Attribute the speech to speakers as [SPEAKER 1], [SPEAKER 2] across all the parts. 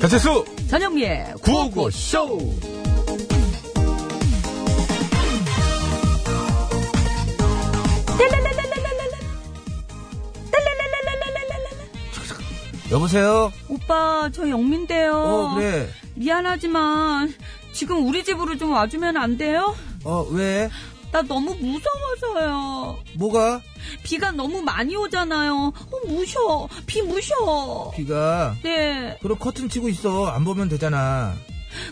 [SPEAKER 1] 배치수
[SPEAKER 2] 전영미의
[SPEAKER 1] 구호구쇼 여보세요?
[SPEAKER 2] 오빠 저 영민데요.
[SPEAKER 1] 어, 그래.
[SPEAKER 2] 미안하지만 지금 우리 집으로 좀 와주면 안 돼요?
[SPEAKER 1] 어, 왜?
[SPEAKER 2] 나 너무 무서워서요.
[SPEAKER 1] 뭐가?
[SPEAKER 2] 비가 너무 많이 오잖아요. 어, 무셔. 비 무셔.
[SPEAKER 1] 비가.
[SPEAKER 2] 네.
[SPEAKER 1] 그럼 커튼 치고 있어. 안 보면 되잖아.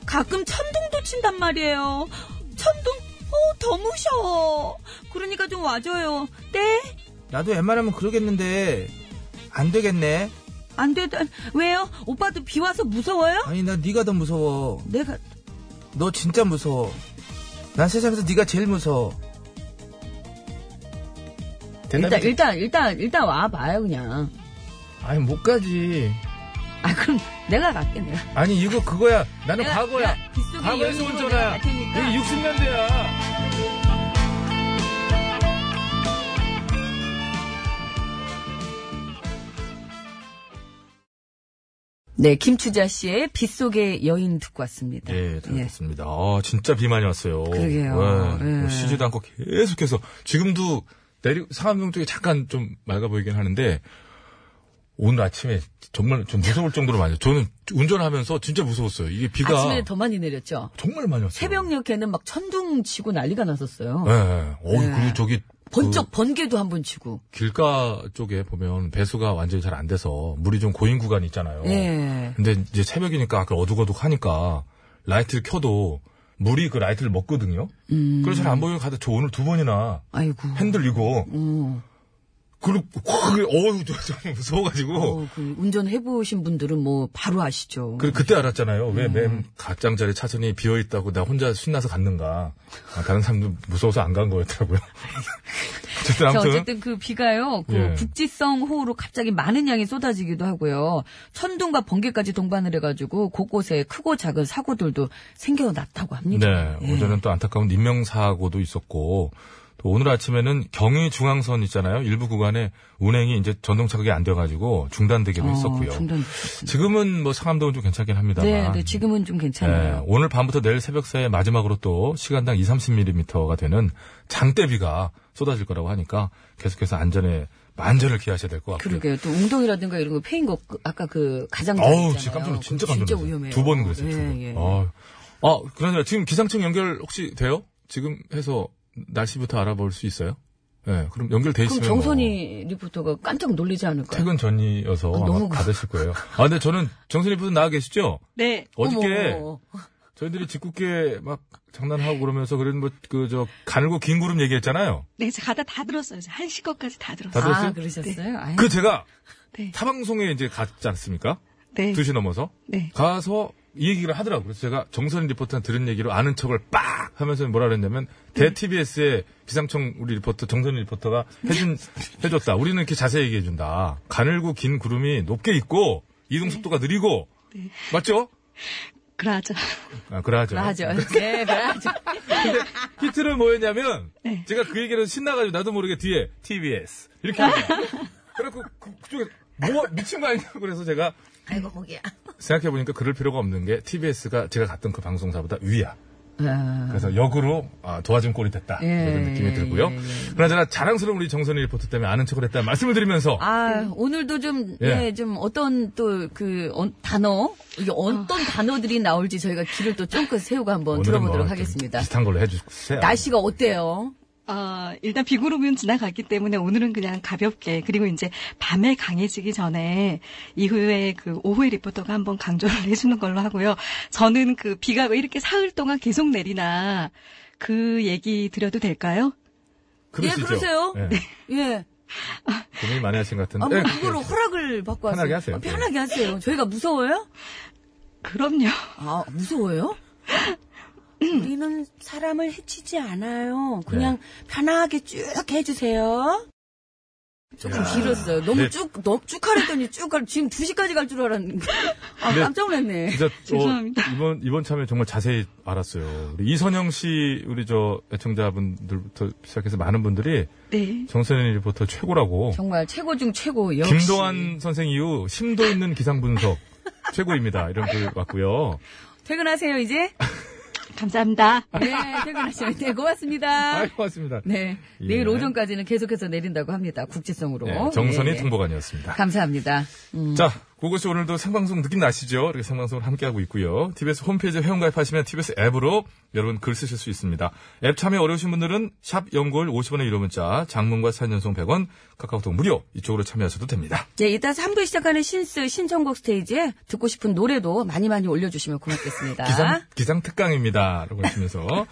[SPEAKER 2] 가끔 천둥도 친단 말이에요. 천둥? 어, 더 무셔. 그러니까 좀 와줘요. 네?
[SPEAKER 1] 나도 웬만하면 그러겠는데, 안 되겠네.
[SPEAKER 2] 안 되다. 왜요? 오빠도 비 와서 무서워요?
[SPEAKER 1] 아니, 나 네가 더 무서워.
[SPEAKER 2] 내가
[SPEAKER 1] 너 진짜 무서워. 난 세상에서 네가 제일 무서워.
[SPEAKER 2] 일단 일단 일단 일단 와 봐요 그냥.
[SPEAKER 1] 아니, 못 가지.
[SPEAKER 2] 아 그럼 내가 갈게 내가.
[SPEAKER 1] 아니, 이거 그거야. 나는
[SPEAKER 2] 내가- 내가 빗속에
[SPEAKER 1] 과거에서
[SPEAKER 2] 여인으로
[SPEAKER 1] 운전하야. 네,
[SPEAKER 2] 내가 갈 테니까.
[SPEAKER 1] 60년대야.
[SPEAKER 2] 네, 김추자 씨의 빗속의 여인 듣고 왔습니다.
[SPEAKER 1] 예, 잘 들었습니다. 아, 진짜 비 많이 왔어요.
[SPEAKER 2] 그러게요.
[SPEAKER 1] 예,
[SPEAKER 2] 예.
[SPEAKER 1] 뭐 쉬지도 않고 계속해서 지금도 내리 상암동 쪽에 잠깐 좀 맑아 보이긴 하는데 오늘 아침에 정말 좀 무서울 정도로 많이. 왔어요. 저는 운전하면서 진짜 무서웠어요. 이게 비가
[SPEAKER 2] 아침에 더 많이 내렸죠.
[SPEAKER 1] 정말 많이 왔어요.
[SPEAKER 2] 새벽녘에는 막 천둥 치고 난리가 났었어요.
[SPEAKER 1] 예, 예. 어,
[SPEAKER 2] 예.
[SPEAKER 1] 그리고 저기
[SPEAKER 2] 번쩍
[SPEAKER 1] 그
[SPEAKER 2] 번개도 한 번 치고.
[SPEAKER 1] 길가 쪽에 보면 배수가 완전히 잘 안 돼서 물이 좀 고인 구간이 있잖아요.
[SPEAKER 2] 예.
[SPEAKER 1] 근데 이제 새벽이니까 그 어둑어둑 하니까 라이트를 켜도 물이 그 라이트를 먹거든요.
[SPEAKER 2] 음.
[SPEAKER 1] 그래서 잘 안 보이고 가다 저 오늘 두 번이나
[SPEAKER 2] 아이고.
[SPEAKER 1] 흔들리고
[SPEAKER 2] 어,
[SPEAKER 1] 그리고 확 어우 저, 저 무서워가지고
[SPEAKER 2] 어, 그 운전해보신 분들은 뭐, 바로 아시죠.
[SPEAKER 1] 그 그때 알았잖아요.
[SPEAKER 2] 음.
[SPEAKER 1] 왜 맨 가장자리 차선이 비어 있다고 나 혼자 신나서 갔는가. 아, 다른 사람도 무서워서 안 간 거였더라고요. 어쨌든
[SPEAKER 2] 자,
[SPEAKER 1] 아무튼
[SPEAKER 2] 어쨌든 그 비가요, 그
[SPEAKER 1] 예.
[SPEAKER 2] 국지성 호우로 갑자기 많은 양이 쏟아지기도 하고요. 천둥과 번개까지 동반을 해가지고 곳곳에 크고 작은 사고들도 생겨났다고 합니다.
[SPEAKER 1] 네 어제는 또 안타까운 인명 사고도 있었고 또 오늘 아침에는 경의 중앙선 있잖아요. 일부 구간에 운행이 이제 전동차 그게 안 돼가지고 중단되기도 했었고요.
[SPEAKER 2] 어, 중단됐습니다.
[SPEAKER 1] 지금은 뭐 상암동은 좀 괜찮긴 합니다만.
[SPEAKER 2] 네, 네, 지금은 좀
[SPEAKER 1] 예,
[SPEAKER 2] 괜찮아요.
[SPEAKER 1] 오늘 밤부터 내일 새벽 사이에 마지막으로 또 시간당 2, 30mm가 되는 장대비가 쏟아질 거라고 하니까 계속해서 안전에 만전을 기하셔야 될 것 같고요.
[SPEAKER 2] 그러게요. 또 웅덩이라든가 이런 거 패인 거 그- 아까 그 가장
[SPEAKER 1] 어우, 진짜 깜짝 놀랐어요. 진짜 깜짝
[SPEAKER 2] 진짜
[SPEAKER 1] 놀랐어요.
[SPEAKER 2] 위험해요.
[SPEAKER 1] 두 번 그랬어요.
[SPEAKER 2] 예,
[SPEAKER 1] 두 번.
[SPEAKER 2] 예.
[SPEAKER 1] 아, 아, 그러나 지금 기상청 연결 혹시 돼요? 지금 해서 날씨부터 알아볼 수 있어요? 예, 그럼 연결돼
[SPEAKER 2] 그럼
[SPEAKER 1] 있으면 뭐
[SPEAKER 2] 정선희 리포터가 깜짝 놀리지 않을까요?
[SPEAKER 1] 퇴근 전이어서
[SPEAKER 2] 아,
[SPEAKER 1] 아마
[SPEAKER 2] 너무
[SPEAKER 1] 받으실 거예요. 아, 근데 저는 정선이 부터 나와 계시죠?
[SPEAKER 3] 네.
[SPEAKER 1] 어저께
[SPEAKER 2] 어머.
[SPEAKER 1] 저희들이 짓궂게 막 장난하고 그러면서 그런 뭐 그 저 가늘고 긴 구름 얘기했잖아요.
[SPEAKER 4] 네, 제가 가다 다 들었어요. 제가 한시 거까지 다 들었어요.
[SPEAKER 1] 다 들었어요?
[SPEAKER 2] 아, 그러셨어요? 아이,
[SPEAKER 1] 그 제가
[SPEAKER 4] 네.
[SPEAKER 1] 타방송에 이제 갔지 않습니까?
[SPEAKER 4] 네.
[SPEAKER 1] 2시 넘어서
[SPEAKER 4] 네.
[SPEAKER 1] 가서 이 얘기를 하더라고요. 그래서 제가 정선희 리포터한테 들은 얘기로 아는 척을 빡 하면서 뭐라 그랬냐면
[SPEAKER 4] 네.
[SPEAKER 1] 대 TBS의 기상청 우리 리포터 정선희 리포터가
[SPEAKER 4] 네.
[SPEAKER 1] 해준 해줬다. 우리는 이렇게 자세히 얘기해 준다. 가늘고 긴 구름이 높게 있고 이동 속도가 느리고 맞죠?
[SPEAKER 4] 네. 그러죠.
[SPEAKER 1] 아, 그러하죠.
[SPEAKER 2] 그러죠. 네, 그러죠.
[SPEAKER 1] 근데 히트를 뭐였냐면
[SPEAKER 4] 네.
[SPEAKER 1] 제가 그 얘기를 신나가지고 나도 모르게 뒤에 TBS 이렇게 한 거예요. 그래갖고 그, 쪽에뭐 미친 거 아니냐고 그래서 제가
[SPEAKER 2] 아이고, 거기야.
[SPEAKER 1] 생각해보니까 그럴 필요가 없는 게 TBS가 제가 갔던 그 방송사보다 위야.
[SPEAKER 2] 아.
[SPEAKER 1] 그래서 역으로 아, 도와준 꼴이 됐다
[SPEAKER 2] 예,
[SPEAKER 1] 이런 느낌이
[SPEAKER 2] 예,
[SPEAKER 1] 들고요.
[SPEAKER 2] 예, 예.
[SPEAKER 1] 그나저나 자랑스러운 우리 정선희 리포터 때문에 아는 척을 했다 는 말씀을 드리면서
[SPEAKER 2] 아, 오늘도 좀,
[SPEAKER 1] 예.
[SPEAKER 2] 예, 좀 어떤 또 그 단어, 이게 어떤 단어들이 나올지 저희가 귀를 또 쫑긋 세우고 한번
[SPEAKER 1] 아. 오늘은
[SPEAKER 2] 들어보도록
[SPEAKER 1] 뭐
[SPEAKER 2] 하겠습니다.
[SPEAKER 1] 좀 비슷한 걸로 해주세요.
[SPEAKER 2] 날씨가 어때요?
[SPEAKER 4] 어, 일단 비구름은 지나갔기 때문에 오늘은 그냥 가볍게 그리고 이제 밤에 강해지기 전에 이후에 그 오후에 리포터가 한번 강조를 해주는 걸로 하고요. 저는 그 비가 왜 이렇게 사흘 동안 계속 내리나 그 얘기 드려도 될까요?
[SPEAKER 1] 그럴
[SPEAKER 2] 예,
[SPEAKER 1] 수 있죠.
[SPEAKER 2] 그러세요.
[SPEAKER 1] 예,
[SPEAKER 2] 예.
[SPEAKER 1] 고민 많이 하신 것 같은데.
[SPEAKER 2] 아, 뭐
[SPEAKER 1] 예,
[SPEAKER 2] 그걸로
[SPEAKER 1] 그렇게
[SPEAKER 2] 허락을 받고
[SPEAKER 1] 편하게 하세요. 네.
[SPEAKER 2] 하세요. 아, 편하게 하세요. 저희가 무서워요?
[SPEAKER 4] 그럼요.
[SPEAKER 2] 아, 무서워요?
[SPEAKER 5] 우리는 사람을 해치지 않아요. 그냥
[SPEAKER 1] 네.
[SPEAKER 5] 편하게 쭉 해주세요.
[SPEAKER 1] 예.
[SPEAKER 2] 조금 길었어요. 너무
[SPEAKER 1] 네.
[SPEAKER 2] 쭉, 너무 쭉 하랬더니 쭉 가, 지금 2시까지 갈 줄 알았는데. 아,
[SPEAKER 1] 네.
[SPEAKER 2] 깜짝 놀랐네.
[SPEAKER 1] 진짜
[SPEAKER 4] 죄송합니다.
[SPEAKER 1] 어, 이번 이번 참에 정말 자세히 알았어요. 우리 이선영 씨 우리 저 애청자분들부터 시작해서 많은 분들이
[SPEAKER 4] 네.
[SPEAKER 1] 정선희 리포터 최고라고.
[SPEAKER 2] 정말 최고 중 최고, 역시.
[SPEAKER 1] 김도환 선생 이후 심도 있는 기상 분석 최고입니다. 이런 글 왔고요.
[SPEAKER 2] 퇴근하세요, 이제?
[SPEAKER 4] 감사합니다.
[SPEAKER 2] 네, 퇴근하시면 네, 고맙습니다.
[SPEAKER 1] 아, 고맙습니다.
[SPEAKER 2] 네,
[SPEAKER 1] 예.
[SPEAKER 2] 내일 오전까지는 계속해서 내린다고 합니다. 국제성으로.
[SPEAKER 1] 네, 정선희
[SPEAKER 2] 예, 예.
[SPEAKER 1] 통보관이었습니다.
[SPEAKER 2] 감사합니다. 음,
[SPEAKER 1] 자, 그것이 오늘도 생방송 느낌 나시죠? 이렇게 생방송을 함께하고 있고요. TBS 홈페이지에 회원가입하시면 TBS 앱으로 여러분 글 쓰실 수 있습니다. 앱 참여 어려우신 분들은 샵 연골 50원의 유료 문자, 장문과 사연 연송 100원, 카카오톡 무료 이쪽으로 참여하셔도 됩니다.
[SPEAKER 2] 네, 이따 3부 시작하는 신스 신청곡 스테이지에 듣고 싶은 노래도 많이 많이 올려주시면 고맙겠습니다.
[SPEAKER 1] 기상, 기상 특강입니다. 라고 하시면서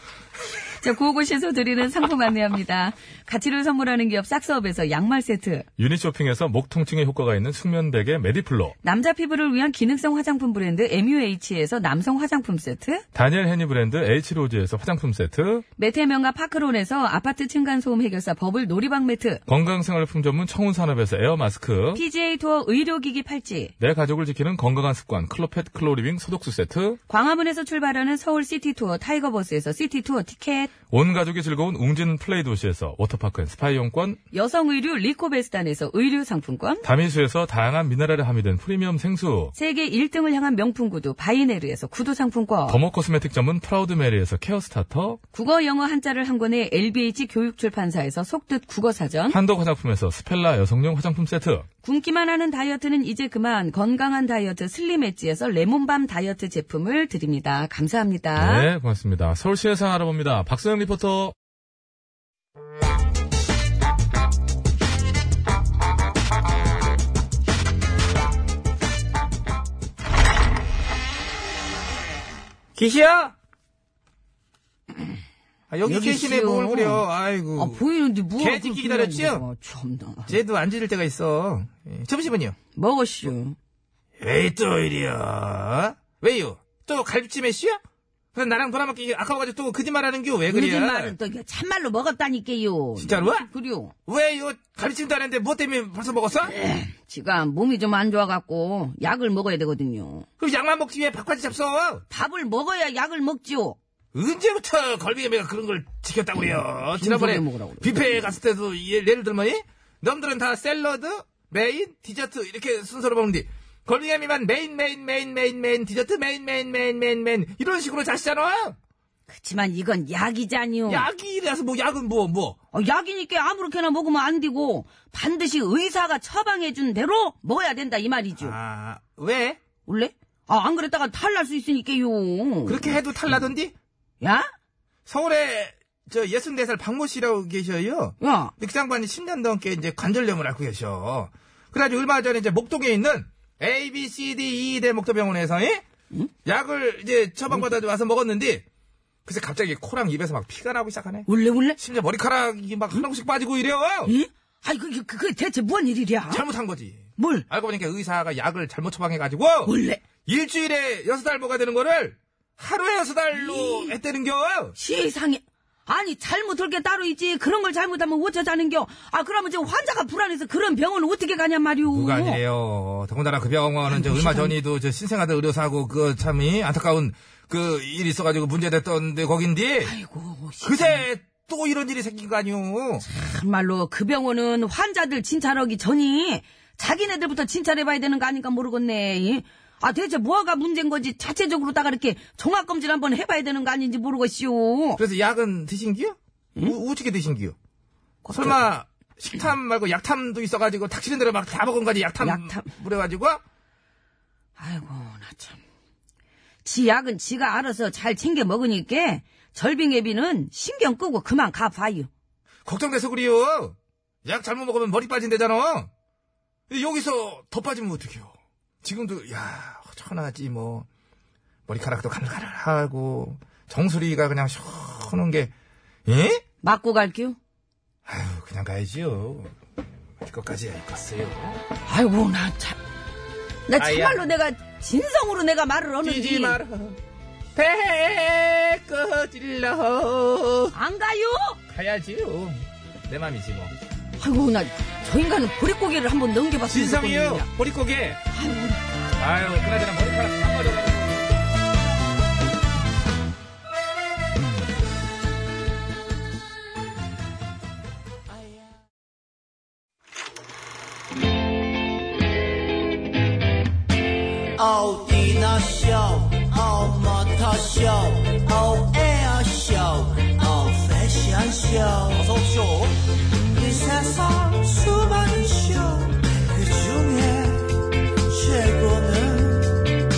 [SPEAKER 2] 자, 구호고시에서 드리는 상품 안내합니다. 가치를 선물하는 기업 싹스업에서 양말 세트,
[SPEAKER 1] 유닛 쇼핑에서 목 통증에 효과가 있는 숙면 베개 메디플로,
[SPEAKER 2] 남자 피부를 위한 기능성 화장품 브랜드 MUH에서 남성 화장품 세트,
[SPEAKER 1] 다니엘 헤니 브랜드 H로즈에서 화장품 세트,
[SPEAKER 2] 매태명가 파크론에서 아파트 층간소음 해결사 버블 놀이방 매트,
[SPEAKER 1] 건강생활품 전문 청운산업에서 에어 마스크,
[SPEAKER 2] PGA 투어 의료기기 팔찌,
[SPEAKER 1] 내 가족을 지키는 건강한 습관 클로펫 클로리빙 소독수 세트,
[SPEAKER 2] 광화문에서 출발하는 서울 시티 투어 타이거버스에서 시티 투어 티켓,
[SPEAKER 1] 온 가족이 즐거운 웅진 플레이 도시에서 워터파크 앤 스파 이용권,
[SPEAKER 2] 여성 의류 리코베스탄에서 의류 상품권,
[SPEAKER 1] 다미수에서 다양한 미네랄에 함유된 프리미엄 생수,
[SPEAKER 2] 세계 1등을 향한 명품 구두 바이네르에서 구두 상품권,
[SPEAKER 1] 더모 코스메틱 전문 프라우드 메리에서 케어 스타터,
[SPEAKER 2] 국어 영어 한자를 한 권에 LBH 교육출판사에서 속뜻 국어사전,
[SPEAKER 1] 한독 화장품에서 스펠라 여성용 화장품 세트,
[SPEAKER 2] 굶기만 하는 다이어트는 이제 그만 건강한 다이어트 슬림 엣지에서 레몬밤 다이어트 제품을 드립니다. 감사합니다.
[SPEAKER 1] 네, 고맙습니다. 서울시 예상 알아봅니다. 박서영 리포터.
[SPEAKER 6] 계시야? 아, 여기,
[SPEAKER 2] 여기
[SPEAKER 6] 계시네,
[SPEAKER 2] 있어요.
[SPEAKER 6] 뭘 그려. 아이고.
[SPEAKER 2] 아, 보이는데 뭐
[SPEAKER 6] 개새끼 기다렸지요?
[SPEAKER 2] 참나.
[SPEAKER 6] 쟤도 안 지를 때가 있어. 예, 잠시만요.
[SPEAKER 2] 먹었슈.
[SPEAKER 6] 에이, 또 이리야. 왜요? 또 갈비찜 애쉬야? 그럼 나랑 돌아먹기 아까워가지고 또 거짓말 하는 게 왜 그래?
[SPEAKER 2] 거짓말은 또 이거 참말로 먹었다니까요. 네,
[SPEAKER 6] 진짜로?
[SPEAKER 2] 그래요.
[SPEAKER 6] 왜요? 갈비찜도 안 했는데 뭐 때문에 벌써 먹었어?
[SPEAKER 2] 지가 몸이 좀 안 좋아갖고 약을 먹어야 되거든요.
[SPEAKER 6] 그럼 약만 먹지 왜 밥까지 잡숴?
[SPEAKER 2] 밥을 먹어야 약을 먹지요.
[SPEAKER 6] 언제부터 걸비개미가 그런 걸 지켰다고 그래요?
[SPEAKER 2] 무슨
[SPEAKER 6] 지난번에
[SPEAKER 2] 소리 먹으라고 그래요?
[SPEAKER 6] 뷔페에 갔을 때도 예, 예를 들면 이 남들은 다 샐러드, 메인, 디저트 이렇게 순서로 먹는데 걸비개미만 메인, 메인, 메인, 메인, 메인, 디저트, 메인, 메인, 메인, 메인, 메인 이런 식으로 자시잖아.
[SPEAKER 2] 어. 그치만 이건 약이잖요.
[SPEAKER 6] 약이라서 뭐 약은 뭐 뭐.
[SPEAKER 2] 어, 약이니까 아무렇게나 먹으면 안 되고 반드시 의사가 처방해준 대로 먹어야 된다 이 말이죠.
[SPEAKER 6] 아 왜?
[SPEAKER 2] 원래? 아, 안 그랬다가 탈날 수 있으니까요.
[SPEAKER 6] 그렇게 해도 탈나던디?
[SPEAKER 2] 야?
[SPEAKER 6] 서울에 저 64살 박모 씨라고 계셔요.
[SPEAKER 2] 야.
[SPEAKER 6] 근데 그 장관이 10년 넘게 이제 관절염을 앓고 계셔. 그래가지고 얼마 전에 이제 목동에 있는 A, B, C, D, E 대 목동병원에서 이? 약을 이제 처방받아 와서 먹었는데 글쎄 갑자기 코랑 입에서 막 피가 나고 시작하네.
[SPEAKER 2] 원래 원래?
[SPEAKER 6] 심지어 머리카락이 막 하나씩 빠지고 이래요.
[SPEAKER 2] 예? 아이 그, 그, 그게 대체 뭔 일이랴?
[SPEAKER 6] 잘못한 거지.
[SPEAKER 2] 뭘?
[SPEAKER 6] 알고 보니까 의사가 약을 잘못 처방해가지고
[SPEAKER 2] 원래
[SPEAKER 6] 일주일에 여섯 달 뭐가 되는 거를 하루에 여섯 달로 했다는 겨.
[SPEAKER 2] 세상에 아니 잘못할 게 따로 있지 그런 걸 잘못하면 어쩌자는겨 아 그러면 지금 환자가 불안해서 그런 병원을 어떻게 가냐 말이오
[SPEAKER 6] 누가 아니에요. 더군다나 그 병원은 저 얼마 전에도 저 신생아들 의료사고 그 참이 안타까운 그 일이 있어가지고 문제됐던데 거긴데
[SPEAKER 2] 아이고 씨,
[SPEAKER 6] 그새 또 이런 일이 생긴 거 아니오.
[SPEAKER 2] 정말로 그 병원은 환자들 진찰하기 전이 자기네들부터 진찰해봐야 되는 거 아닌가 모르겠네 이. 아 대체 뭐가 문제인 거지 자체적으로 다가 이렇게 종합 검진 한번 해봐야 되는 거 아닌지 모르겠시오.
[SPEAKER 7] 그래서 약은 드신기요? 우- 어떻게 드신기요?
[SPEAKER 2] 그
[SPEAKER 7] 그, 설마 식탐 말고 약탐도 있어가지고 탁치는 대로 막 다 먹은 거지 약탐,
[SPEAKER 2] 약탐.
[SPEAKER 7] 뿌려가지고
[SPEAKER 2] 아이고 나 참. 지 약은 지가 알아서 잘 챙겨 먹으니까 절빙애비는 신경 끄고 그만 가봐요.
[SPEAKER 7] 걱정돼서 그래요. 약 잘못 먹으면 머리 빠진대잖아. 여기서 더 빠지면 어떡해요. 지금도 야 허전하지 뭐 머리카락도 가늘가늘하고 정수리가 그냥 시원한 게 예?
[SPEAKER 2] 맞고 갈게요.
[SPEAKER 7] 아유 그냥 가야지요. 이것까지 있겠어요.
[SPEAKER 2] 아이고 나 참. 나
[SPEAKER 7] 아야.
[SPEAKER 2] 참말로 내가 진성으로 내가 말을
[SPEAKER 7] 뛰지
[SPEAKER 2] 하는지
[SPEAKER 7] 마라. 배 꺼질러
[SPEAKER 2] 안 가요.
[SPEAKER 7] 가야지요. 내 맘이지 뭐.
[SPEAKER 2] 아이고 나 저 인간은 보릿고개를 한번 넘겨봤으면
[SPEAKER 7] 진성이요
[SPEAKER 2] 좋겠는데.
[SPEAKER 7] 보릿고개. 아유 그나저나 머리카락 다 빠져가지고.
[SPEAKER 8] Oh dinner show, oh motor show, oh air show, oh fashion show. 어서 오쇼. 이 세상 수많은 쇼, 그 중에 최고는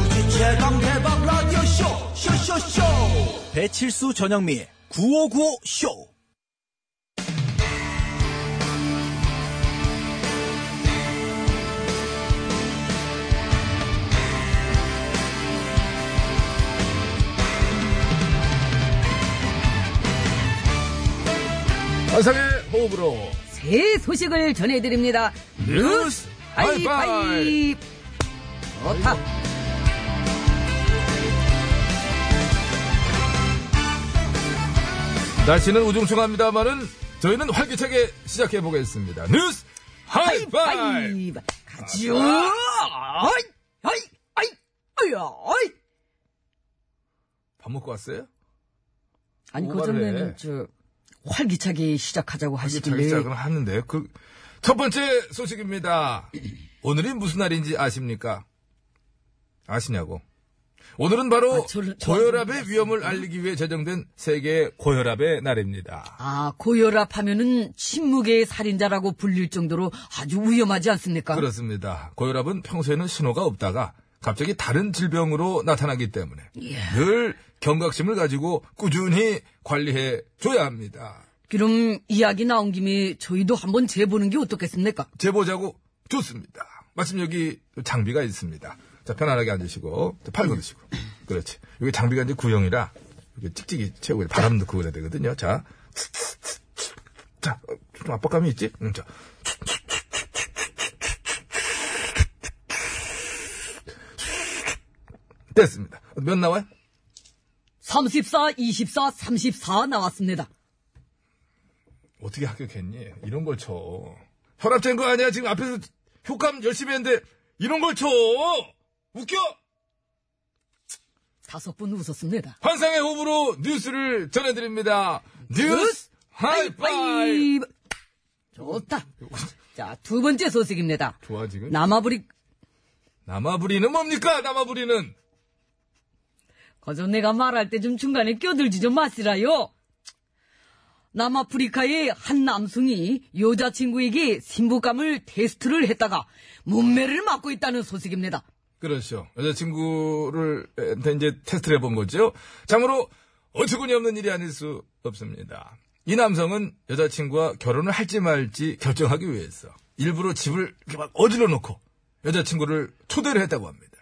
[SPEAKER 8] 우주 최강 대박 라디오 쇼, 쇼쇼쇼. 배칠수 전영미, 9595 쇼.
[SPEAKER 6] 환상의 호흡으로.
[SPEAKER 2] 새 소식을 전해드립니다.
[SPEAKER 6] 뉴스
[SPEAKER 2] 하이파이. 좋다.
[SPEAKER 6] 날씨는 우중충합니다만은 저희는 활기차게 시작해 보겠습니다. 뉴스 하이파이브.
[SPEAKER 2] 하이파이브. 가지요. 아이, 아이, 아이, 아이야, 아이.
[SPEAKER 6] 밥 먹고 왔어요?
[SPEAKER 2] 아니 그
[SPEAKER 6] 뭐가 그래?
[SPEAKER 2] 전에는 저 활기차게 시작하자고
[SPEAKER 6] 자기
[SPEAKER 2] 하시길래
[SPEAKER 6] 시작을 하는데 그 첫 번째 소식입니다. 오늘이 무슨 날인지 아십니까? 아시냐고. 오늘은 바로
[SPEAKER 2] 아, 저를- 저를
[SPEAKER 6] 고혈압의 위험을 알리기 위해 제정된 세계 고혈압의 날입니다.
[SPEAKER 2] 아 고혈압하면은 침묵의 살인자라고 불릴 정도로 아주 위험하지 않습니까?
[SPEAKER 6] 그렇습니다. 고혈압은 평소에는 신호가 없다가 갑자기 다른 질병으로 나타나기 때문에
[SPEAKER 2] 예.
[SPEAKER 6] 늘 경각심을 가지고 꾸준히 관리해 줘야 합니다.
[SPEAKER 2] 그럼 이야기 나온 김에 저희도 한번 재보는 게 어떻겠습니까?
[SPEAKER 6] 제보자고 좋습니다. 마침 여기 장비가 있습니다. 자, 편안하게 앉으시고, 자, 팔 걸으시고. 그렇지. 여기 장비가 이제 구형이라, 이게 찍찍이 채우고 바람 넣고 그래야 되거든요. 자. 자, 어, 좀 압박감이 있지? 응, 자. 됐습니다. 몇 나와요?
[SPEAKER 2] 34, 24, 34 나왔습니다.
[SPEAKER 6] 어떻게 합격했니? 이런 걸 쳐. 혈압된 거 아니야? 지금 앞에서 효과음 열심히 했는데, 이런 걸 쳐! 웃겨?
[SPEAKER 2] 다섯 분 웃었습니다.
[SPEAKER 6] 환상의 호흡으로 뉴스를 전해드립니다. 뉴스 하이파이!
[SPEAKER 2] 하이파이브. 좋다. 자, 두 번째 소식입니다.
[SPEAKER 6] 좋아, 지금?
[SPEAKER 2] 남아브릭
[SPEAKER 6] 뭐 남아부리는 뭡니까, 남아부리는?
[SPEAKER 2] 거저 내가 말할 때 좀 중간에 껴들지 좀 마시라요. 남아프리카의 한 남성이 여자친구에게 신부감을 테스트를 했다가 몸매를 맡고 있다는 소식입니다.
[SPEAKER 6] 그렇죠. 여자친구를, 에, 이제 테스트를 해본 거죠. 참으로, 어처구니 없는 일이 아닐 수 없습니다. 이 남성은 여자친구와 결혼을 할지 말지 결정하기 위해서 일부러 집을 이렇게 막 어질러 놓고 여자친구를 초대를 했다고 합니다.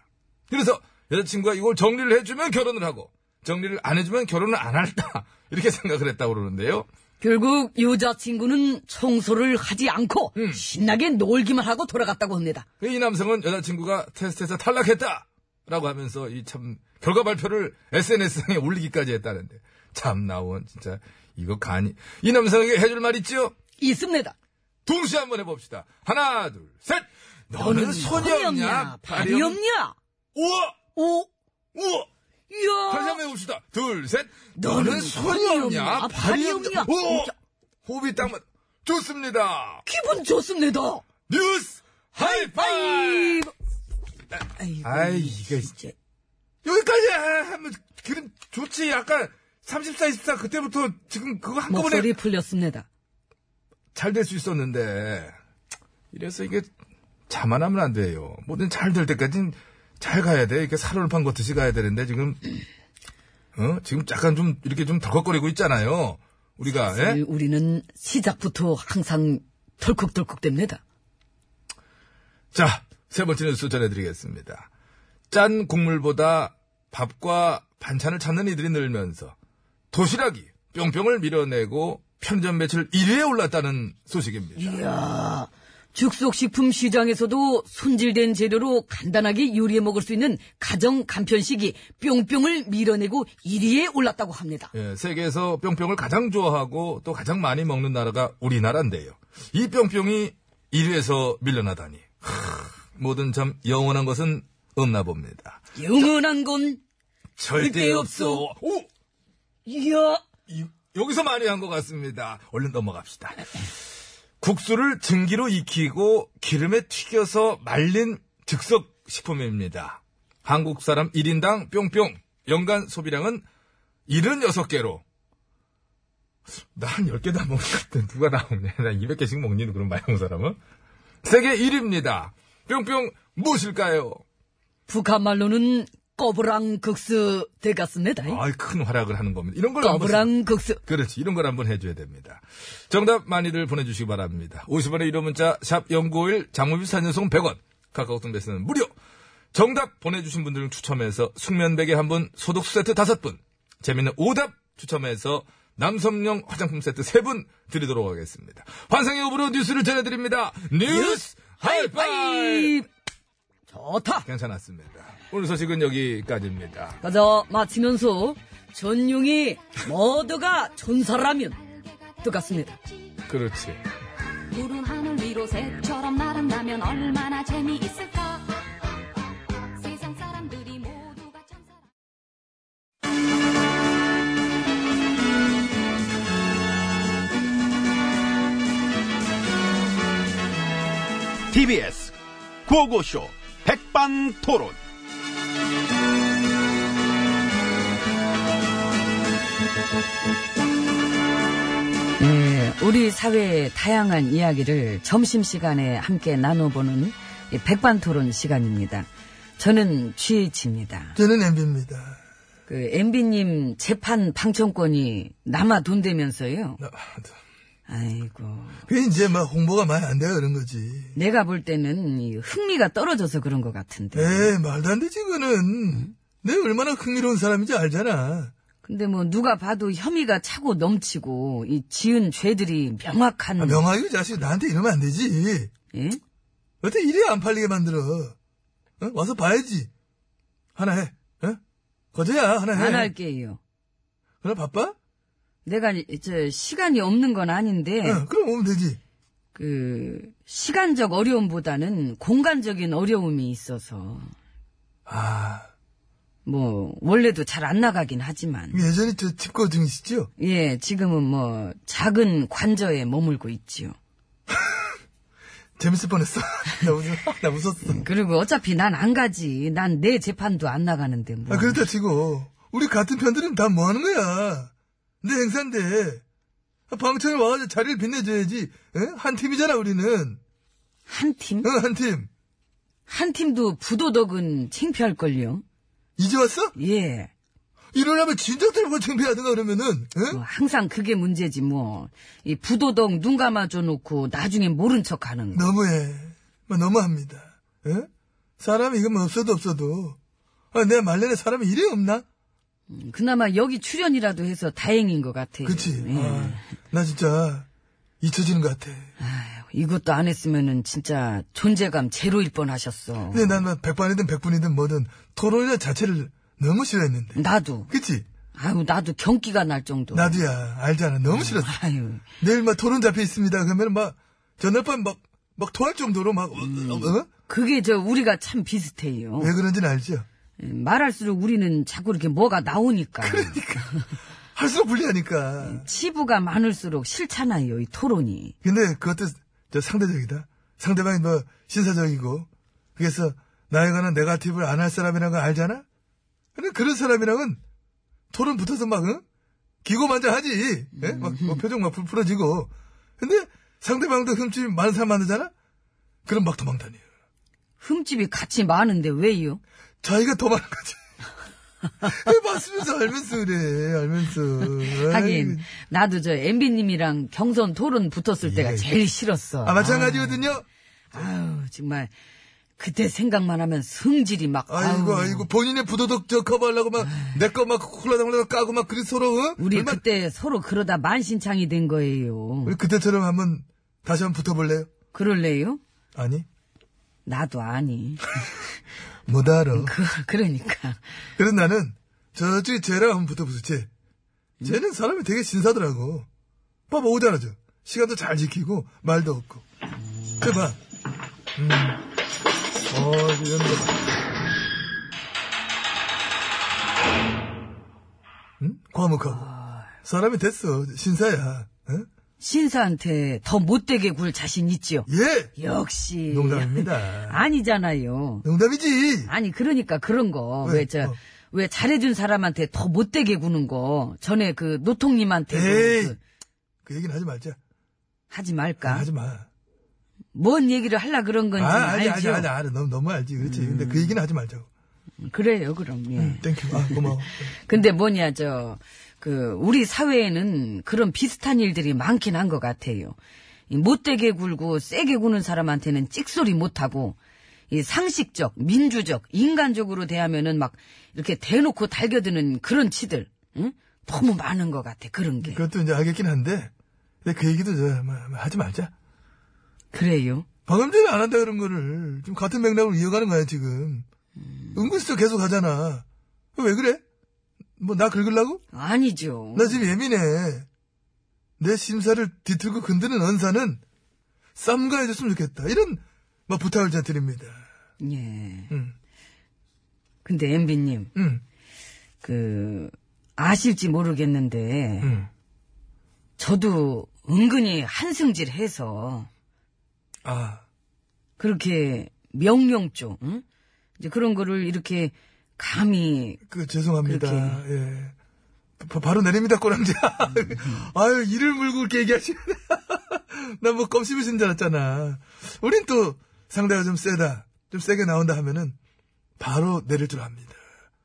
[SPEAKER 6] 그래서 여자친구가 이걸 정리를 해주면 결혼을 하고 정리를 안 해주면 결혼을 안 할다. 이렇게 생각을 했다고 그러는데요.
[SPEAKER 2] 결국 여자친구는 청소를 하지 않고 신나게 놀기만 하고 돌아갔다고 합니다.
[SPEAKER 6] 그 이 남성은 여자친구가 테스트에서 탈락했다! 라고 하면서 이 참 결과 발표를 SNS상에 올리기까지 했다는데. 참 나온 진짜 이거 간이 이 남성에게 해줄 말 있지요?
[SPEAKER 2] 있습니다.
[SPEAKER 6] 동시에 한번 해봅시다. 하나 둘 셋. 너는 손이 없냐?
[SPEAKER 2] 발이 없냐?
[SPEAKER 6] 우와
[SPEAKER 2] 오,
[SPEAKER 6] 우와. 다시
[SPEAKER 2] 이야.
[SPEAKER 6] 한번 해봅시다. 둘 셋.
[SPEAKER 2] 너는
[SPEAKER 6] 너는 손이 없냐? 발이 없냐? 오.
[SPEAKER 2] 진짜.
[SPEAKER 6] 호흡이 딱 맞. 좋습니다.
[SPEAKER 2] 기분 좋습니다.
[SPEAKER 6] 뉴스 하이파이.
[SPEAKER 2] 하이파이브.
[SPEAKER 5] 아이고,
[SPEAKER 6] 아이, 이거
[SPEAKER 5] 진짜.
[SPEAKER 6] 여기까지 하면 그림 좋지. 아까 34, 24 그때부터 지금 그거 한꺼번에
[SPEAKER 2] 목소리 풀렸습니다.
[SPEAKER 6] 잘 될 수 있었는데 이래서 이게 자만하면 안 돼요. 뭐든 잘 될 때까지는 잘 가야 돼. 이렇게 살얼판 걷듯이 가야 되는데 지금 어? 지금 약간 좀 이렇게 좀 덜컥거리고 있잖아요. 우리가 예?
[SPEAKER 2] 네? 우리는 시작부터 항상 덜컥덜컥 됩니다.
[SPEAKER 6] 자, 세 번째 뉴스 전해드리겠습니다. 짠 국물보다 밥과 반찬을 찾는 이들이 늘면서 도시락이 뿅뿅을 밀어내고 편의점 매출 1위에 올랐다는
[SPEAKER 2] 네.
[SPEAKER 6] 소식입니다.
[SPEAKER 2] 이야, 즉석식품 시장에서도 손질된 재료로 간단하게 요리해 먹을 수 있는 가정 간편식이 뿅뿅을 밀어내고 1위에 올랐다고 합니다.
[SPEAKER 6] 예, 세계에서 뿅뿅을 가장 좋아하고 또 가장 많이 먹는 나라가 우리나라인데요. 이 뿅뿅이 1위에서 밀려나다니. 하, 뭐든 참 영원한 것은 없나 봅니다.
[SPEAKER 2] 영원한 건,
[SPEAKER 6] 절대
[SPEAKER 2] 절대
[SPEAKER 6] 없어. 오!
[SPEAKER 2] 이야,
[SPEAKER 6] 이- 여기서 많이 한 것 같습니다. 얼른 넘어갑시다. 국수를 증기로 익히고 기름에 튀겨서 말린 즉석 식품입니다. 한국 사람 1인당 뿅뿅 연간 소비량은 76개로 나 한 10개 다 먹는 것 같은데 누가 나오냐. 나 200개씩 먹니 그럼 많이 먹는 사람은? 세계 1위입니다. 뿅뿅 무엇일까요?
[SPEAKER 2] 북한말로는 꺼브랑 극스 되갔습니다.
[SPEAKER 6] 아이 큰 활약을 하는 겁니다. 이런 걸 한번
[SPEAKER 2] 꺼브랑 극스.
[SPEAKER 6] 그렇지. 이런 걸 한번 해줘야 됩니다. 정답 많이들 보내주시기 바랍니다. 50원의 유료 문자, 샵 0951, 장모비 사년송 100원, 카카오톡 메시는 무료! 정답 보내주신 분들을 추첨해서 숙면베개 한분 소독수 세트 다섯 분 재밌는 오답 추첨해서 남성용 화장품 세트 세 분 드리도록 하겠습니다. 환상의 오브로 뉴스를 전해드립니다. 뉴스 하이파이!
[SPEAKER 2] 하이파이! 좋다.
[SPEAKER 6] 괜찮았습니다. 오늘 소식은 여기까지입니다.
[SPEAKER 2] 가자 마치면서 전용이 모두가 존사라면 뜨겁습니다.
[SPEAKER 6] 그렇지.
[SPEAKER 9] 구름 하늘 위로 새처럼 날아다면 얼마나 재미있을까 세상 사람들이 모두가 천사라
[SPEAKER 10] TBS 구호고쇼 백반토론.
[SPEAKER 2] 네, 우리 사회의 다양한 이야기를 점심시간에 함께 나눠보는 이 백반토론 시간입니다. 저는 취지입니다.
[SPEAKER 6] 저는 엠비입니다.
[SPEAKER 2] 그 MB님 재판 방청권이 남아 돈되면서요. 아이고.
[SPEAKER 6] 그 이제 막 홍보가 많이 안 돼요 그런 거지.
[SPEAKER 2] 내가 볼 때는 이 흥미가 떨어져서 그런 것 같은데.
[SPEAKER 6] 에이, 네, 말도 안 되지, 그거는. 내가 얼마나 흥미로운 사람인지 알잖아.
[SPEAKER 2] 근데 뭐 누가 봐도 혐의가 차고 넘치고 이 지은 죄들이 명확한
[SPEAKER 6] 아, 명하게 자식 나한테 이러면 안 되지.
[SPEAKER 2] 예?
[SPEAKER 6] 어떻게 이래 안 팔리게 만들어. 어? 와서 봐야지. 하나 해. 어? 거제야, 하나 해.
[SPEAKER 2] 안 할게요.
[SPEAKER 6] 그럼 바빠?
[SPEAKER 2] 내가 이- 저 시간이 없는 건 아닌데
[SPEAKER 6] 어, 그럼 오면 되지.
[SPEAKER 2] 그 시간적 어려움보다는 공간적인 어려움이 있어서
[SPEAKER 6] 아,
[SPEAKER 2] 뭐 원래도 잘 안 나가긴 하지만
[SPEAKER 6] 예전에 저 집거 중이시죠?
[SPEAKER 2] 예 지금은 뭐 작은 관저에 머물고 있지요.
[SPEAKER 6] 재밌을 뻔했어. 나, 웃, 나 웃었어.
[SPEAKER 2] 그리고 어차피 난 안 가지. 난 내 재판도 안 나가는데 뭐.
[SPEAKER 6] 아, 그렇다 치고, 우리 같은 편들은 다 뭐 하는 거야? 내 행사인데. 아, 방청에 와가지고 자리를 빛내줘야지. 에? 한 팀이잖아, 우리는.
[SPEAKER 2] 한 팀?
[SPEAKER 6] 어, 한 팀.
[SPEAKER 2] 한 팀도 부도덕은 창피할 걸요.
[SPEAKER 6] 이제 왔어?
[SPEAKER 2] 예.
[SPEAKER 6] 일어나면 진짜 들고 창피하든가 그러면은, 에?
[SPEAKER 2] 뭐 항상 그게 문제지 뭐. 이 부도덕 눈 감아줘 놓고 나중에 모른 척 하는 거.
[SPEAKER 6] 너무해. 뭐 너무합니다. 에? 사람이 이거 뭐 없어도 없어도. 아, 내가 말년에 사람이 이래 없나?
[SPEAKER 2] 그나마 여기 출연이라도 해서 다행인 것 같아요.
[SPEAKER 6] 그치?
[SPEAKER 2] 예.
[SPEAKER 6] 아, 나 진짜 잊혀지는 것 같아.
[SPEAKER 2] 아유, 이것도 안 했으면은 진짜 존재감 제로일 뻔 하셨어.
[SPEAKER 6] 근데 난뭐 백반이든 백분이든 뭐든 토론이나 자체를 너무 싫어했는데.
[SPEAKER 2] 나도.
[SPEAKER 6] 그치?
[SPEAKER 2] 아유, 나도 경기가 날 정도.
[SPEAKER 6] 나도야. 알잖아. 너무 싫었어.
[SPEAKER 2] 아유.
[SPEAKER 6] 내일 막 토론 잡혀 있습니다. 그러면 막, 전날 밤 막, 막 토할 정도로 막, 어, 어, 어?
[SPEAKER 2] 그게 저 우리가 참 비슷해요.
[SPEAKER 6] 왜 그런지는 알죠?
[SPEAKER 2] 예, 말할수록 우리는 자꾸 이렇게 뭐가 나오니까.
[SPEAKER 6] 그러니까. 할수록 불리하니까.
[SPEAKER 2] 치부가 많을수록 싫잖아요, 이 토론이.
[SPEAKER 6] 근데 그것도 저 상대적이다. 상대방이 뭐 신사적이고 그래서 나에 관한 네가티브를 안 할 사람이라는 걸 알잖아? 근데 그런 사람이랑은 토론 붙어서 막, 응? 기고만장 하지. 예? 막, 뭐 표정 막 풀풀어지고. 근데 상대방도 흠집이 많은 사람 만나잖아? 그럼 막 도망다녀.
[SPEAKER 2] 흠집이 같이 많은데 왜요?
[SPEAKER 6] 자기가 더 많은 거지. 왜 맞으면서 알면서 그래, 알면서.
[SPEAKER 2] 하긴
[SPEAKER 6] 아이고.
[SPEAKER 2] 나도 저 MB님이랑 경선 토론 붙었을 때가
[SPEAKER 6] 예.
[SPEAKER 2] 제일 싫었어.
[SPEAKER 6] 아, 마찬가지거든요?
[SPEAKER 2] 아유 정말 그때 생각만 하면 성질이 막
[SPEAKER 6] 아이고,
[SPEAKER 2] 아우.
[SPEAKER 6] 아이고, 본인의 부도덕 저 커버하려고 막, 내 거 막 콜라당콜라당 까고 막, 그리 서로, 응?
[SPEAKER 2] 네. 우리
[SPEAKER 6] 얼마-
[SPEAKER 2] 그때 서로 그러다 만신창이 된 거예요.
[SPEAKER 6] 우리 그때처럼 한번, 다시 한번 붙어볼래요?
[SPEAKER 2] 그럴래요?
[SPEAKER 6] 아니,
[SPEAKER 2] 나도 아니.
[SPEAKER 6] 못 알아.
[SPEAKER 2] 그, 그러니까.
[SPEAKER 6] 그래서 나는, 저쪽에 쟤랑 한번 붙어보세요, 쟤.
[SPEAKER 2] 음?
[SPEAKER 6] 쟤는 사람이 되게 신사더라고. 봐봐, 오잖아, 저. 시간도 잘 지키고, 말도 없고. 그 봐. 음. 어, 이런 거 봐. 응? 음?
[SPEAKER 2] 아.
[SPEAKER 6] 과묵하고. 사람이 됐어. 신사야. 응?
[SPEAKER 2] 신사한테 더 못되게 굴 자신 있지요.
[SPEAKER 6] 예!
[SPEAKER 2] 역시. 아.
[SPEAKER 6] 농담입니다.
[SPEAKER 2] 아니잖아요.
[SPEAKER 6] 농담이지.
[SPEAKER 2] 아니 그러니까 그런 거.
[SPEAKER 6] 왜?
[SPEAKER 2] 왜 저.
[SPEAKER 6] 어.
[SPEAKER 2] 왜 잘해준 사람한테 더 못되게 구는 거 전에 그 노통님한테
[SPEAKER 6] 에이.
[SPEAKER 2] 그,
[SPEAKER 6] 그 얘기는 하지 말자.
[SPEAKER 2] 하지 말까
[SPEAKER 6] 하지 마.
[SPEAKER 2] 뭔 얘기를 하려 아. 그런 건지
[SPEAKER 6] 아, 아니, 아니,
[SPEAKER 2] 알죠
[SPEAKER 6] 아니, 아니, 너무, 너무 알지. 그렇지. 근데 그 얘기는 하지 말자고.
[SPEAKER 2] 그래요 그럼 예.
[SPEAKER 6] 땡큐. 아, 고마워.
[SPEAKER 2] 근데 뭐냐 저 그 우리 사회에는 그런 비슷한 일들이 많긴 한 것 같아요. 이 못되게 굴고 세게 구는 사람한테는 찍소리 못하고 이 상식적, 민주적, 인간적으로 대하면은 막 이렇게 대놓고 달겨드는 그런 치들 응? 너무 많은 것 같아 그런 게
[SPEAKER 6] 그것도 이제 알겠긴 한데, 근데 그 얘기도 저, 뭐, 뭐 하지 말자.
[SPEAKER 2] 그래요.
[SPEAKER 6] 방금 전에 안 한다 그런 거를, 지금 같은 맥락으로 이어가는 거야, 지금. 은근슬쩍 계속 하잖아. 왜 그래? 뭐, 나 긁으려고?
[SPEAKER 2] 아니죠.
[SPEAKER 6] 나 지금 예민해. 내 심사를 뒤틀고 건드는 언사는 쌈가해줬으면 좋겠다. 이런, 막 부탁을 제가 드립니다.
[SPEAKER 2] 예.
[SPEAKER 6] 음.
[SPEAKER 2] 근데 엠비님
[SPEAKER 6] 응,
[SPEAKER 2] 그 아실지 모르겠는데
[SPEAKER 6] 응.
[SPEAKER 2] 저도 은근히 한승질해서
[SPEAKER 6] 아,
[SPEAKER 2] 그렇게 명령 쪽, 응? 이제 그런 거를 이렇게 감히
[SPEAKER 6] 그, 죄송합니다. 예. 바, 바로 내립니다, 꼬랑지. 아유, 이를 물고 이렇게 얘기하시네. 나뭐 껌씹으신 줄 알았잖아. 우린 또 상대가 좀 세다. 좀 세게 나온다 하면은 바로 내릴 줄 압니다.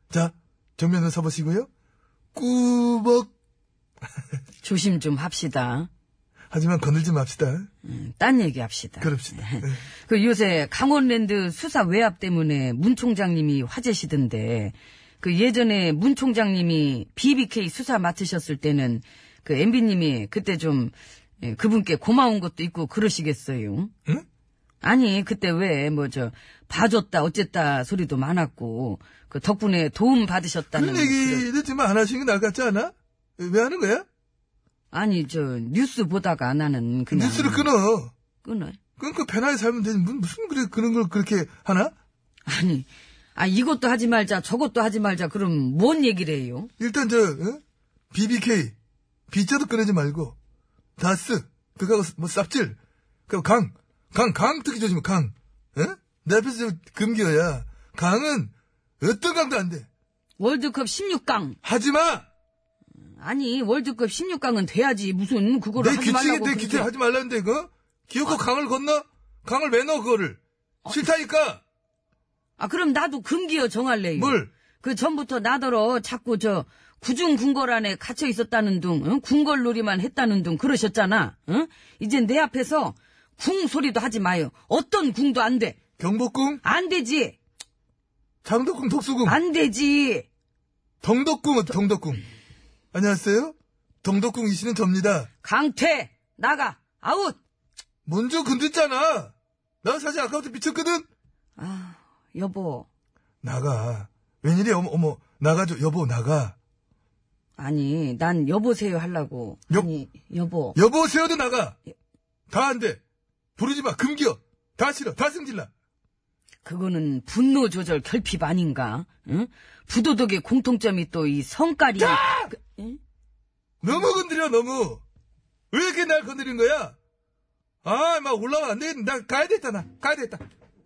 [SPEAKER 6] 자, 정면으로 서보시고요. 꾸벅.
[SPEAKER 2] 조심 좀 합시다.
[SPEAKER 6] 하지만 건들지 맙시다.
[SPEAKER 2] 음, 딴 얘기 합시다.
[SPEAKER 6] 그럽시다. 예.
[SPEAKER 2] 그 요새 강원랜드 수사 외압 때문에 문 총장님이 화제시던데 그 예전에 문 총장님이 BBK 수사 맡으셨을 때는 그 MB님이 그때 좀 예, 그분께 고마운 것도 있고 그러시겠어요?
[SPEAKER 6] 응?
[SPEAKER 2] 아니 그때 왜 뭐 저 봐줬다 어쨌다 소리도 많았고 그 덕분에 도움 받으셨다는
[SPEAKER 6] 그런
[SPEAKER 2] 그런-
[SPEAKER 6] 얘기도 지금 안 하시는 게 나을 것 같지 않아? 왜 하는 거야?
[SPEAKER 2] 아니 저 뉴스 보다가 나는
[SPEAKER 6] 그
[SPEAKER 2] 그냥
[SPEAKER 6] 뉴스를 끊어.
[SPEAKER 2] 끊어요.
[SPEAKER 6] 끊고 편하게 살면 되지. 무- 무슨 그래 그런 걸 그렇게 하나?
[SPEAKER 2] 아니 아 이것도 하지 말자 저것도 하지 말자 그럼 뭔 얘기를 해요?
[SPEAKER 6] 일단 저 어? BBK B자도 끊내지 말고 다스 그거 뭐 쌉질 그거 강강강 특히 조심해 강 어? 내 앞에서 지금 금기어야 강은 어떤 강도 안 돼
[SPEAKER 2] 월드컵 16강
[SPEAKER 6] 하지마
[SPEAKER 2] 아니 월드컵 16강은 돼야지 무슨 그거를
[SPEAKER 6] 내
[SPEAKER 2] 하지
[SPEAKER 6] 규칙이
[SPEAKER 2] 말라고 아.
[SPEAKER 6] 내
[SPEAKER 2] 그렇게-
[SPEAKER 6] 규칙 하지 말라는데 그거 기어코 강을 건너 강을 왜 넣어 그거를 싫다니까
[SPEAKER 2] 아 그럼 나도 금기어 정할래요
[SPEAKER 6] 뭘
[SPEAKER 2] 그 전부터 나더러 자꾸 저 구중 궁궐 안에 갇혀 있었다는 둥 응? 궁궐 놀이만 했다는 둥 그러셨잖아 응? 이제 내 앞에서 궁 소리도 하지 마요 어떤 궁도 안 돼 안
[SPEAKER 6] 경복궁
[SPEAKER 2] 되지
[SPEAKER 6] 장덕궁 독수궁
[SPEAKER 2] 안 되지
[SPEAKER 6] 동덕궁은 동덕궁 안녕하세요 동덕궁 이씨는 접니다
[SPEAKER 2] 강퇴 나가 아웃
[SPEAKER 6] 먼저 건드렸잖아. 나 사실 아까부터 미쳤거든.
[SPEAKER 2] 아, 여보.
[SPEAKER 6] 나가. 웬일이야? 어머, 어머. 나가줘. 여보, 나가.
[SPEAKER 2] 아니, 난 여보세요 하려고.
[SPEAKER 6] 여-
[SPEAKER 2] 아니, 여보.
[SPEAKER 6] 여보세요도 나가. 다 안 돼. 부르지 마. 금기어. 다 싫어. 다 승질나.
[SPEAKER 2] 그거는 분노 조절 결핍 아닌가? 응? 부도덕의 공통점이 또 이 성깔이. 그- 응?
[SPEAKER 6] 너무 건드려, 너무. 왜 이렇게 날 건드린 거야? 아, 막 올라와. 안 되겠네. 나 가야 되겠다, 나. 가야 되겠다.